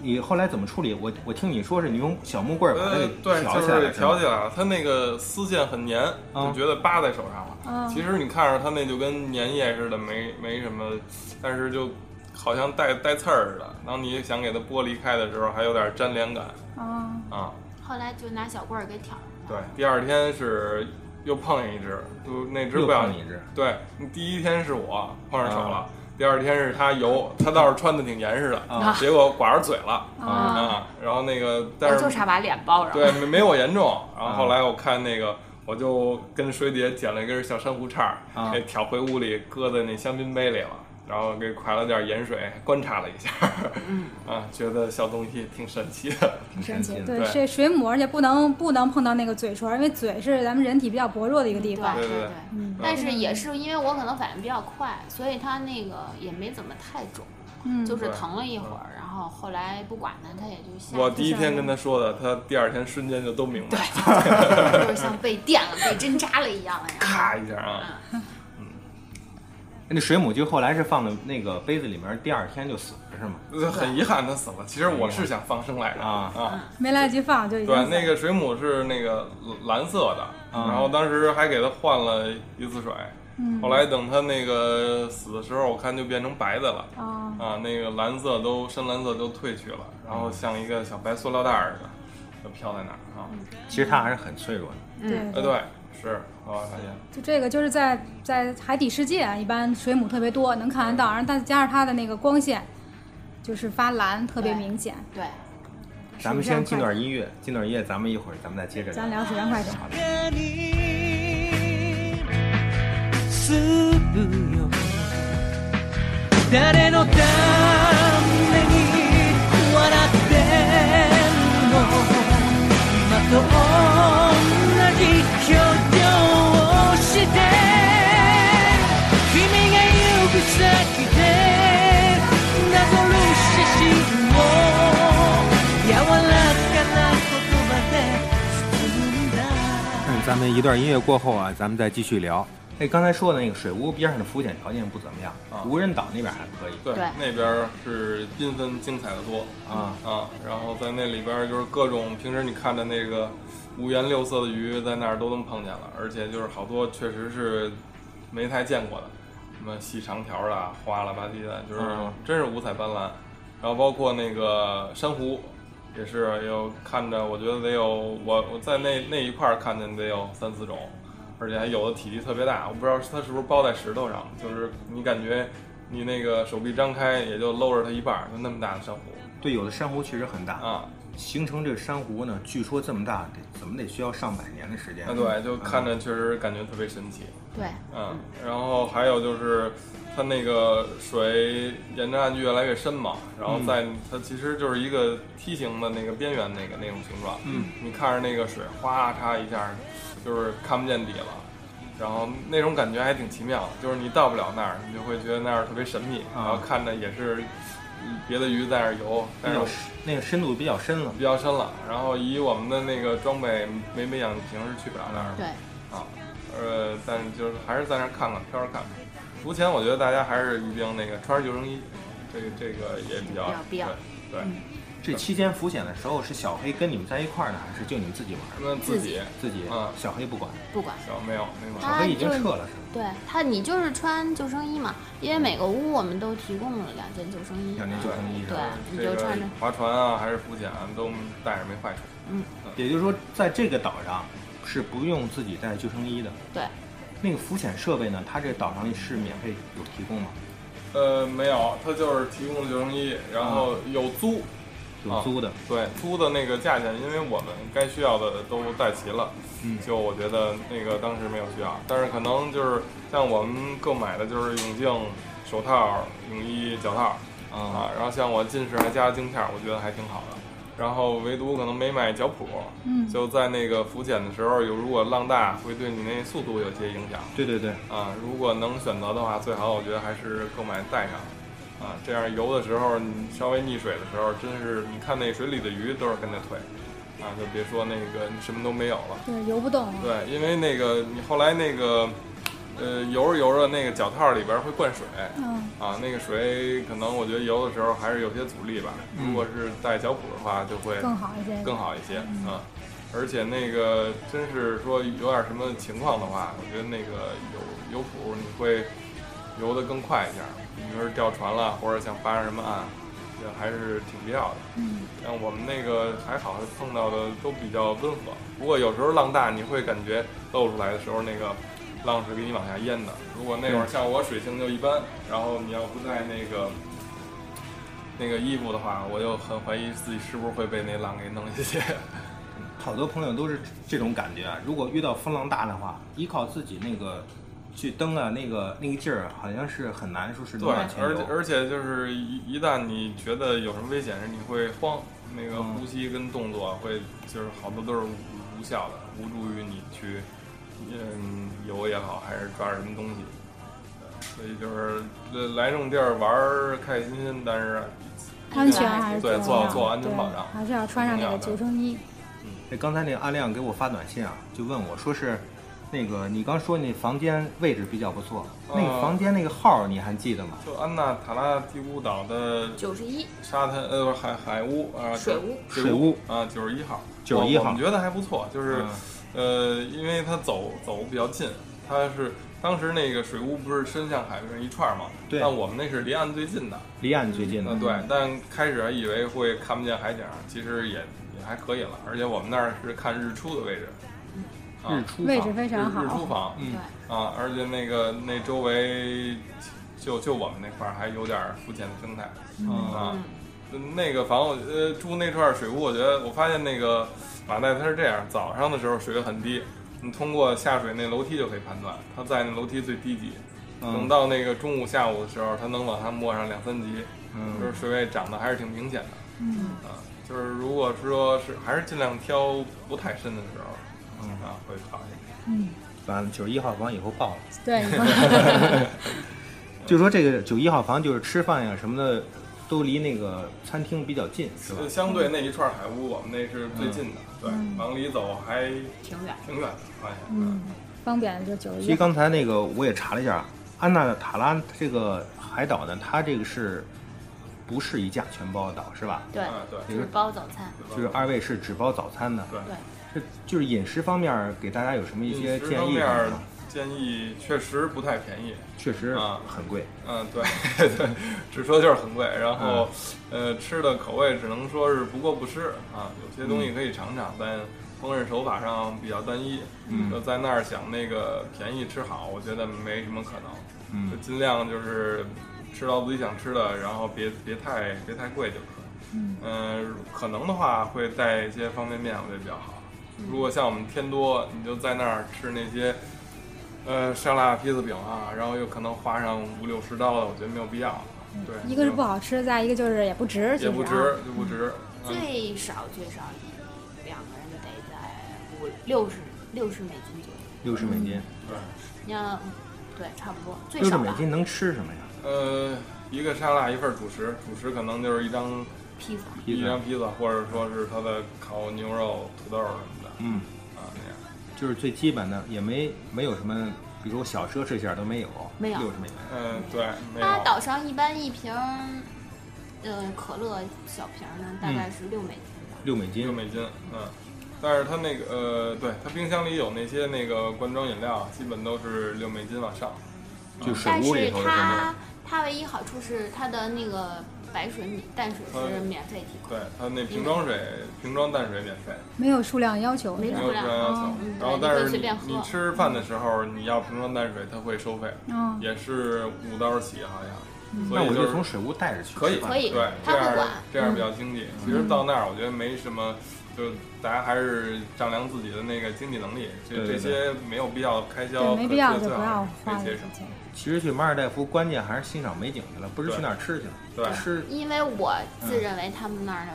你后来怎么处理？我我听你说是你用小木棍儿把它
呃，
给
对，
挑
就
起来
是
了，
挑
是
起
吗
来了，它那个丝线很粘，
啊
就觉得扒在手上了。
嗯，
其实你看着它那就跟粘液似的，没没什么，但是就好像带带刺儿似的。然后你想给它剥离开的时候，还有点粘连感
啊，
啊。
后来就拿小棍儿给挑了。
对，第二天是又碰见一只，就那只
又
不小
碰
心
你一只，
对，第一天是我碰上手了，
啊
第二天是他游，他倒是穿的挺严实的，
啊
结果刮着嘴了
啊
然后那个，但
我
是
嗯哦就差把脸包上了。
对没没我严重。然后后来我看那个，我就跟水底下捡了一根小珊瑚叉，
啊
给挑回屋里，搁在那香槟杯里了。然后给蒯了点盐水，观察了一下， 啊，觉得小东西挺神奇的，
挺神奇的。
对
对
水水母，而且不能不能碰到那个嘴唇，因为嘴是咱们人体比较薄弱的一个地方。
对
对
对
对
对
嗯
但是也是因为我可能反应比较快，所以它那个也没怎么太肿，
嗯，
就是
对
疼了一会儿，然后后来不管它，它也就下。
我第一天跟他说的，他第二天瞬间就都明白，
就是像被电了、被针扎了一样的，然后
咔一下啊，
那水母就后来是放到那个杯子里面，第二天就死了是吗？
就是很遗憾他死了。其实我是想放生来着
啊
啊，
没来得及放就已经
对，
死
那
了
个水母是那个蓝色的，
嗯
然后当时还给他换了一次水，后来等他那个死的时候，我看就变成白的了
啊，
啊，那个蓝色都深蓝色都褪去了，然后像一个小白塑料袋儿似的，就飘在那儿啊，
其实它还是很脆弱的。
嗯
对
哎对，是，哦我发现。
就这个就是在在海底世界啊，一般水母特别多，能看得
嗯
到，然后但加上它的那个光线，就是发蓝，特别
对
明显。
对，
咱们先进段音乐，进段音乐，咱们一会儿咱们再接着
咱聊水上快艇。
誰のために笑ってんの今と同じ表情をして君が行く先でなぞる写真を柔らかな言葉で包んだ
嗯，咱们一段音乐过后啊，咱们再继续聊。
哎，刚才说的那个水屋边上的浮潜条件不怎么样，无人岛那边还可以。
对，
对
那边儿是缤纷精彩的多
啊
啊！然后在那里边儿就是各种平时你看着那个五颜六色的鱼，在那儿都能碰见了，而且就是好多确实是没太见过的，什么细长条的、花了吧唧的，就是
啊
真是五彩斑斓。然后包括那个珊瑚，也是有看着，我觉得得有我我在那那一块儿看见得有三四种，而且还有的体积特别大，我不知道是它是不是包在石头上，就是你感觉你那个手臂张开也就搂着它一半儿，就那么大的珊瑚
对，有的珊瑚确实很大，
啊，
形成这个珊瑚呢，据说这么大得怎么得需要上百年的时间。
啊对，就看着确实感觉特别神奇。
对，
嗯，然后还有就是它那个水沿着岸距越来越深嘛，然后在它其实就是一个梯形的那个边缘那个那种形状，嗯，你看着那个水哗嚓一下，就是看不见底了，然后那种感觉还挺奇妙的，就是你到不了那儿，你就会觉得那儿特别神秘，然后看着也是嗯别的鱼在那儿游，
比
但是
较深那个深度比较深了。
比较深了，然后以我们的那个装备没没氧气瓶是去不了那儿的，
对，
啊，呃，但是就是还是在那儿看看，飘着看看。浮潜，我觉得大家还是一定那个穿着救生衣，这个这个也比较
比较必要嗯
对。对，
这期间浮潜的时候，是小黑跟你们在一块儿呢，还是就你们自己玩儿？
那自己
自己
啊
小黑不管，
不管。
小没有没有
啊
小黑已经
就是
撤了是吧？
对它，你就是穿救生衣嘛，因为每个屋我们都提供了两件救生衣，
两件救生衣是
对
吧？，
你
这
就
个
穿着，
划船啊还是浮潜啊都带着没坏处。
也就是说，在这个岛上是不用自己带救生衣的。
对，
那个浮潜设备呢？它这个岛上是免费有提供吗？
呃，没有，他就是提供了救生衣，然后有租，
有租的。
对，租的那个价钱，因为我们该需要的都带齐了，
嗯
就我觉得那个当时没有需要，但是可能就是像我们购买的就是泳镜、手套、泳衣、脚套
啊
啊，然后像我近视还加了镜片，我觉得还挺好的。然后唯独可能没买脚蹼，
嗯
就在那个浮潜的时候，有如果浪大会对你那速度有些影响
对对对，
啊。如果能选择的话，最好我觉得还是购买带上啊，这样游的时候你稍微溺水的时候，真是你看那水里的鱼都是跟着退啊，就别说那个你什么都没有了。
就是游不动了。
对，因为那个你后来那个，呃，游着游着那个脚套里边会灌水，
嗯，
啊，那个水可能我觉得游的时候还是有些阻力吧。如果是带脚蹼的话，就会
更好一些。
更好一些啊。而且那个真是说有点什么情况的话，我觉得那个有有蹼你会游得更快一点儿。你说是掉船了，或者想爬上什么岸，也还是挺必要的。
嗯，
像我们那个还好，碰到的都比较温和。不过有时候浪大，你会感觉露出来的时候，那个浪是给你往下淹的。如果那会儿像我水性就一般，然后你要不带那个那个衣服的话，我就很怀疑自己是不是会被那浪给弄下去。
好多朋友都是这种感觉啊。如果遇到风浪大的话，依靠自己那个去蹬啊，那个那个劲儿啊，好像是很难说是能
对，
往前
而且
游。
而且就是一一旦你觉得有什么危险时，你会慌，那个
嗯
呼吸跟动作会就是好多都是无无效的，无助于你去嗯游也好，还是抓着什么东西。所以就是呃来这种地儿玩儿开开心心，但是
安全啊还是
对
重
做好
要
做好安全
对
保障嗯
还是要穿上那个
重要
救
的
生衣。
哎，刚才那个阿亮给我发短信啊，就问我说是，那个你刚说那房间位置比较不错，那个
嗯
房间那个号儿你还记得吗？
就安纳塔拉蒂乌岛的
九十一，
沙滩呃海海屋啊
水屋
水屋啊九十一号嗯
91
我我
号
们觉得还不错，就是、呃因为它走走比较近，它是当时那个水屋不是伸向海边一串儿嘛，
对
但我们那是离岸最近的，
离岸最近的
嗯。对，但开始还以为会看不见海景，其实也也还可以了，而且我们那儿是看日出的位置，啊
日出
位
房
置非常
日日出
好，
房，
嗯
啊，而且那个那周围，就就我们那块儿还有点儿浮潜的生态，啊，那个房我呃住那串水屋，我觉得我发现那个马代它是这样，早上的时候水位很低，你通过下水那楼梯就可以判断，它在那楼梯最低级。
嗯
等到那个中午、下午的时候，它能往上摸上两三级，
嗯
就是水位涨得还是挺明显的。嗯，啊，就是如果是说是还是尽量挑不太深的时候，嗯啊会好一点。
完了九十一号房以后报了。
对，
就说这个九一号房就是吃饭呀什么的，都离那个餐厅比较近，是吧？
呃相对那一串海屋，我们那是最近的，
嗯
对，往里走还
挺远。
挺远的，哎好像。
嗯，方便的就九十
其实
一。
刚才那个我也查了一下，安纳塔拉这个海岛呢，它这个是不是一价全包的岛是吧？
对，
啊，对，
就是包早餐。
就是二位是只包早餐的，
对
对，
这就是饮食方面给大家有什么一些
饮食
建
方
议
面
吗
儿？建议确实不太便宜，
确实
啊
很贵，
嗯，对对，只说就是很贵，然后
嗯
呃吃的口味只能说是不过不失啊，有些东
嗯
西可以尝尝，但烹饪手法上比较单一，
嗯
就在那儿想那个便宜吃好，我觉得没什么可能，就
嗯，
尽量就是吃到自己想吃的，然后别别太别太贵就可以。
嗯，
嗯、可能的话会带一些方便面，我觉得比较好。如果像我们天多，你就在那儿吃那些，呃，沙拉、披萨饼啊，然后又可能花上五六十刀的，我觉得没有必要。对，
一个是不好吃，再一个就是也不值，其实
也不
啊
值，就不值。嗯，
最少最少两个人得在五六十六十美金左右。
六十美金，
你要对，差不多嗯最
六十
少
美
吧。
金能吃什么呀？
呃，一个沙拉，一份主食，主食可能就是一张
披萨
披
一
萨
张，披萨，或者说是它的烤牛肉、土豆什么的
嗯，
啊那样。
就是最基本的，也没没有什么，比如说小奢侈一下都没有，
没有
六十美元。
嗯、对，没
它
有。
岛上一般一瓶儿，呃，可乐小瓶儿
嗯
呢，大概是六美金吧。
六美
一
金
个，美金，嗯，但是它那个呃，对，它冰箱里有那些那个罐装饮料，啊基本都是六美金往上。啊
就水
但
屋里
是
头的
它它唯一好处是它的那个白水米淡水是免费提供
对，，它那瓶装水、
嗯
瓶装淡水免费，
没有数量要求，
没
是吧
没有
数
质
量
量要求
哦。
然后，但
你可以
是
随
你
便喝
你吃饭的时候，你要瓶装淡水，它会收费，
嗯，
也是五刀起，好像。所
那
以
我
就
就是从水屋带着去吃
可
饭。
以
可以
对，
他
这
不
样
管
这样比
嗯
较经济。其实到那儿我觉得没什么，就大家还是丈量自己的那个经济能力，这
对
这
对
些没有必要开
对，
销，
没必要
可
就
最
不要
好
花
可
这
以节
个
省。
钱。
其实去马尔代夫，关键还是欣赏美景去了，不是
对
去那儿吃去了。
对
吃
因为我自认为他们那儿的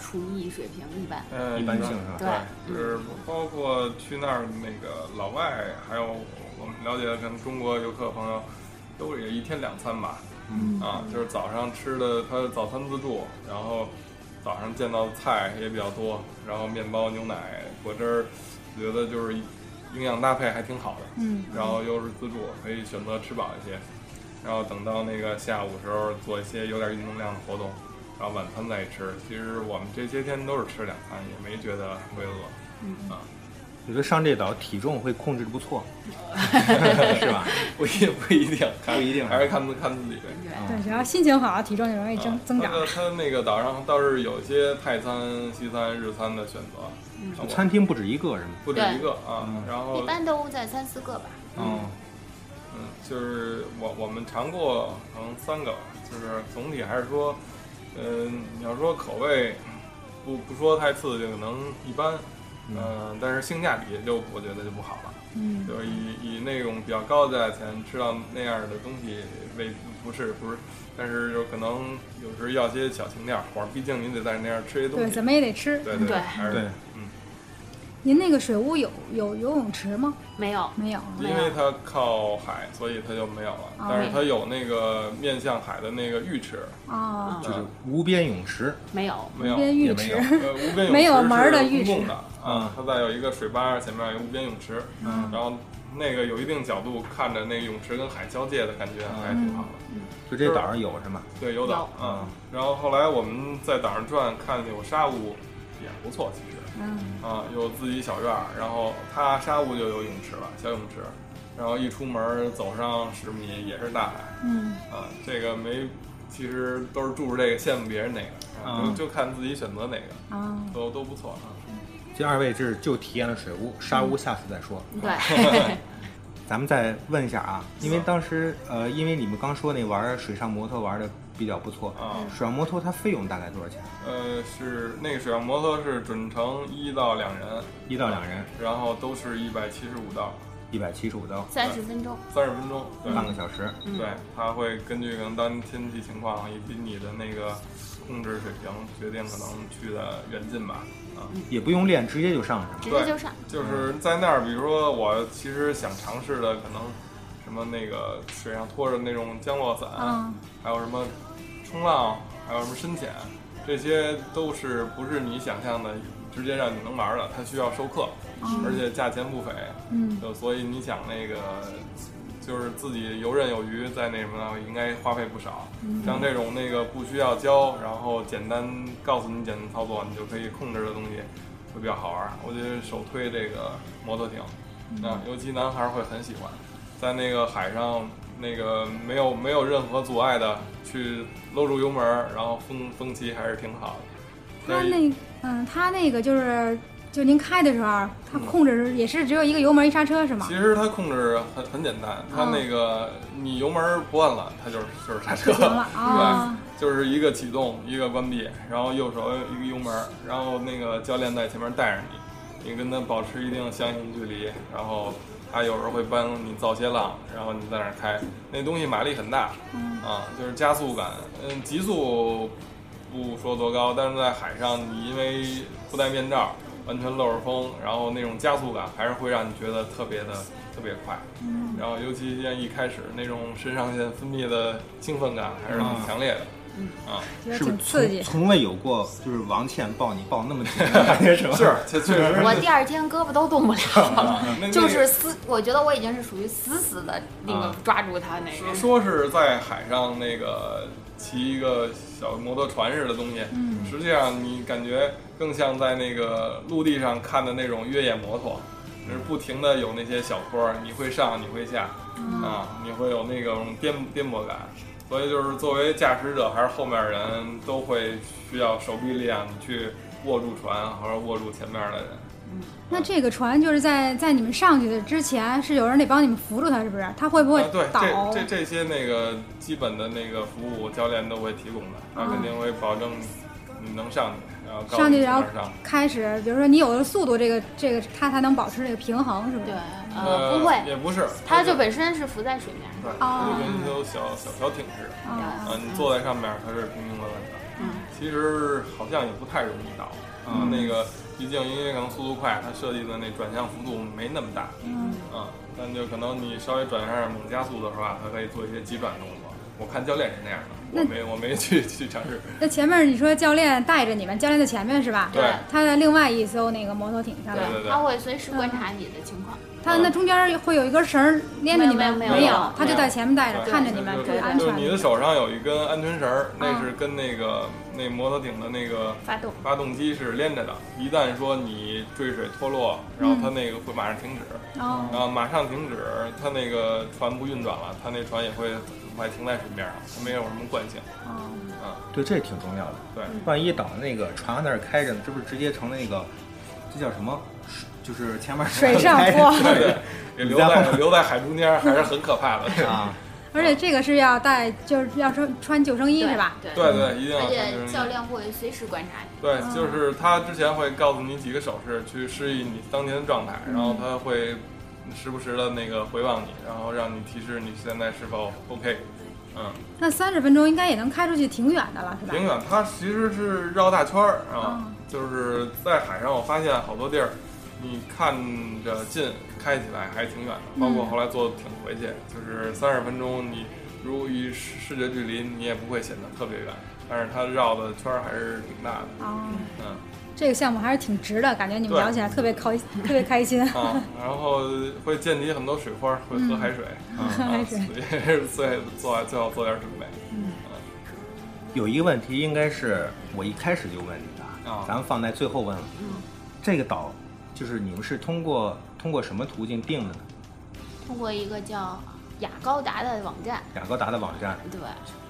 厨艺水平一般。
呃，
一般
你说
性是吧
对
对，就是包括去那儿那个老外，还有我们了解的可能中国游客朋友，都也一天两餐吧。嗯啊，就是早上吃的他的早餐自助，然后早上见到的菜也比较多，然后面包、牛奶、果汁儿，觉得就是营养搭配还挺好的。
嗯，
然后又是自助，可以选择吃饱一些，然后等到那个下午时候做一些有点运动量的活动，然后晚餐再吃。其实我们这些天都是吃两餐，也没觉得会饿。啊，
我觉得上这岛体重会控制的不 错，是吧？
不一不一定，看
不一定
还是看自看自己呗。啊
对，只要心情好，体重就容易增增长
它。的它嗯那个岛上倒是有些泰餐、西餐、日餐的选择，
嗯
啊我
餐厅不嗯止一个是吗？
不止
对
一个啊。然后
一般都在三四个吧。
嗯，
嗯，就是我我们尝过可能三个吧，就是总体还是说，嗯、你要说口味，不不说太刺激，可能一般，嗯、但是性价比就我觉得就不好了，
嗯，
就是以以那种比较高的价钱吃到那样的东西，为不是不是，但是就可能有时要些小情调，或者毕竟你得在那样吃些东
对，
西，
怎么也得吃。
对对
对
还是
对
嗯，
您那个水屋有有游泳池吗？
没有，
没有啊。
没
因
有
为它靠海，所以它就没有了，
哦
但是它有那个面向海的那个浴池。
哦，
就是无边泳池，
没有，
没有，
边浴
也没
池
有。
呃，无边泳池
没有门儿的
是
浴池
公共的啊，它在有一个水吧，前面有一个无边泳池，嗯，然后那个有一定角度看着那个泳池跟海交界的感觉
嗯
还挺好的，
就这岛上有是吗？
对，有岛
有
啊。然后后来我们在岛上转，看有沙屋，也不错，其实
嗯，
啊，有自己小院儿，然后它沙屋就有泳池了，小泳池，然后一出门儿走上十米也是大海，
嗯，
啊，这个没，其实都是住着这个羡慕别人哪个，啊
嗯
就就看自己选择哪 个，
啊，
都都不错啊。
这二位这是就体验了水屋，沙
嗯
屋下次再说。
对，
咱们再问一下啊，因为当时呃，因为你们刚说那玩儿水上摩托玩的比较不错，
啊
水上摩托它费用大概多少钱？
呃，是那个水上摩托是准乘一到两人，
一到两人，
然后都是一百七十五刀，
一百七十五刀，
三十分钟。
三十分钟，对、
半个小时。
对，它会根据可能当天气情况以及你的那个控制水平决定可能去的远近吧。啊，
也不用练，直接就上是吗？
直接就上，
就是
嗯
在那儿，比如说我其实想尝试的可能什么那个水上拖着那种降落伞，
嗯
还有什么冲浪，还有什么深潜，这些都是不是你想象的直接让你能玩的，它需要授课，而且价钱不菲。
嗯，
就所以你想那个就是自己游刃有余，在那什么应该花费不少。像这种那个不需要教，然后简单告诉你简单操作，你就可以控制的东西会比较好玩儿。我觉得首推这个摩托艇，
嗯
啊，尤其男孩儿会很喜欢，在那个海上。那个没有没有任何阻碍的，去搂住油门儿，然后风风骑还是挺好的。
他
所以
那嗯，他那个就是就您开的时候，他控制也是只有一个油门一刹车是吗哦
其？实它控制很很简单，它那个你油门不按了，它就是就是刹车，
就行了啊
对，就是一个启动，一个关闭，然后右手一个油门，然后那个教练在前面带着你，你跟他保持一定相应距离，然后他有时候会帮你造些浪，然后你在那儿开，那东西马力很大，啊，就是加速感，嗯，极速不说多高，但是在海上，你因为不戴面罩，完全漏着风，然后那种加速感还是会让你觉得特别的特别快。然后尤其像一开始那种肾上腺分泌的兴奋感还是很强烈的。啊，
觉得
是不
挺
是
刺激
从。从未有过就是王倩抱你抱那么紧的感觉是吧？
是， 确确实
我第二天胳膊都动不了了，
那
就是死，我觉得我已经是属于死死的那个
啊
抓住他那
说
个。
说是在海上那个骑一个小摩托船似的东西，实际上你感觉更像在那个陆地上看的那种越野摩托，就是不停的有那些小坡儿，你会上，你会下，啊，你会有那种颠颠簸感。所以就是作为驾驶者还是后面人都会需要手臂力量，你去握住船或者握住前面的人。
那这个船就是在在你们上去的之前，是有人得帮你们扶住它，是不是？它会不会
啊，对，
倒？
这这这些那个基本的那个服务，教练都会提供的，他肯定会保证你能上去，然后告诉
啊上
你
去
怎
然后
么上。
开始，比如说你有了速度，这个这个它才能保持这个平衡，是不是？
对，
呃，
呃，不会，
也不是，
它就本身是浮在水面上。
对，它
哦
就跟一艘小小小艇似的，
啊，
啊，你坐在上面它是平平稳稳的，
嗯，
其实好像也不太容易倒，
嗯
啊，那个毕竟因为可能速度快，它设计的那转向幅度没那么大，
嗯，
啊，但就可能你稍微转向猛加速的时候啊，它可以做一些急转动作。我看教练是那样的，
那
我没我没去去尝试。
那前面你说教练带着你们，教练在前面是吧？
对
他在另外一艘那个摩托艇上
对
面，
对对
它，会随时观察你的情况。
他那中间会有一根绳儿连着你们，
没
有没有没有
他就在前面带着，
对
哎看着你们，
就是
注意安
就是你
全。嗯
的手上有一根安全绳儿，那是跟那个那摩托艇的那个
发动
发动机是连着的。一旦说你坠水脱落，然后它那个会马上停止，
哦，
然后马上停止，它那个船不运转了，它那船也会很快停在水面上，它没有什么惯性。
对，这挺重要的。
对，
嗯
万一倒那个船在那儿开着呢，这不是直接成那个，这叫什么？水就是前面
水上坡
对对，也留在留在海中间还是很可怕的。
啊，
而且这个是要带，就是要穿穿救生衣
对
是吧？？
对。
对对，啊一定要穿
而
救
且
生衣
教练会随时观察你。
对，就是他之前会告诉你几个手势去示意你当前的状态，然后他会时不时的那个回望你，然后让你提示你现在是否 OK。嗯，
那三十分钟应该也能开出去挺远的了，是吧？
挺远，它其实是绕大圈儿啊
嗯，
就是在海上，我发现好多地儿，你看着近，开起来还挺远的，包括后来坐艇回去，就是三十分钟，你如果以视视觉距离，你也不会显得特别远，但是它绕的圈儿还是挺大的。
哦，
嗯。
这个项目还是挺值的，感觉你们
对
聊起来特别开，特别开心。
啊，然后会见底很多水花，会喝 海水，啊，
海水
所以是最做最好做点准备。
有一个问题应该是我一开始就问你的，
啊
咱们放在最后问了。
嗯
这个岛就是你们是通过通过什么途径定的呢？
通过一个叫雅高达的网站，
雅高达的网站
对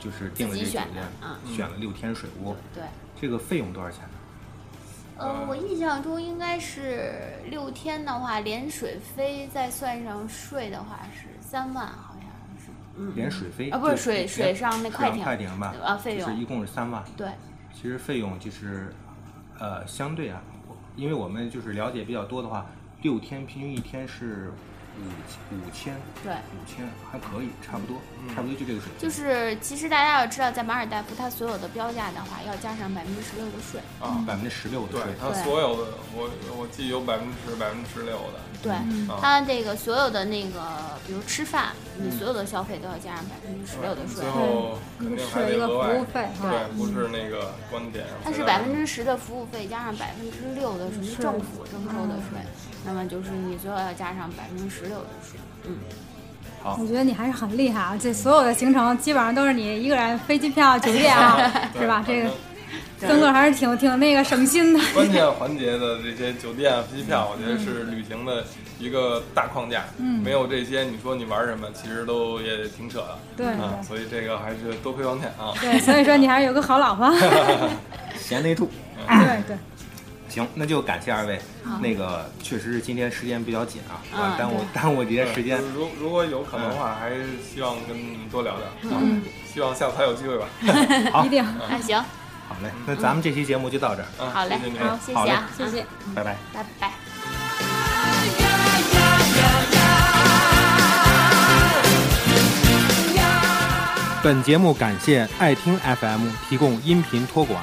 就是定了这
自
酒
己选
店
的，嗯
选了六天水屋，
对。
这个费用多少钱呢？
嗯
呃，我印象中应该是六天的话，连水费再算上税的话是三万，好像是。嗯，
连水费
啊不是
就
水
连
水上那快艇
水上快艇吧？
啊费用
就是一共是三万。
对，
其实费用就是，呃，相对啊，因为我们就是了解比较多的话，六天平均一天是五五千，
对
五千还可以，差不多，差不多就这个水平。
嗯就是其实大家要知道，在马尔代夫它所有的标价的话，要加上百分之十六的税。
啊，
百分之十六的
对
税，
它所有的，我我记有百分之十、百分之十六的，
对，
嗯
啊
它这个所有的那个，比如吃饭，
嗯
你所有的消费都要加上百分之十六的税
最。后肯定还
嗯是一啊
得
个
额
服务
外，
费哈。
对，不是那个观点。
它是百分之十的服务费加上百分之六的什么政府征收的税，那么就是你最后要加上百分之十六的税。嗯，
我觉得你还是很厉害啊！这所有的行程基本上都是你一个人飞机票、酒店啊，
对
是吧？
反
这
正
个孙哥还是挺挺那个省心的。
关键环节的这些酒店、机票，我觉得是旅行的一个大框架。嗯，没有这些，你说你玩什么，其实都也挺扯的。
对
啊，所以这个还是多亏王天啊。
嗯对，所以说你还是有个好老婆。
贤内助。
对对，
行，那就感谢二位。那个确实是今天时间比较紧啊，
嗯
耽误
对
耽误一些时间。
如如果有可能的话，还是希望跟你们多聊聊。嗯，希望下次还有机会吧。
一定。
那行，
好嘞，
嗯
那咱们这期节目就到这儿，
嗯
好嘞
谢谢你，们。
好，谢谢啊，
谢谢。
拜拜。
拜拜。
本节目感谢爱听 FM 提供音频托管。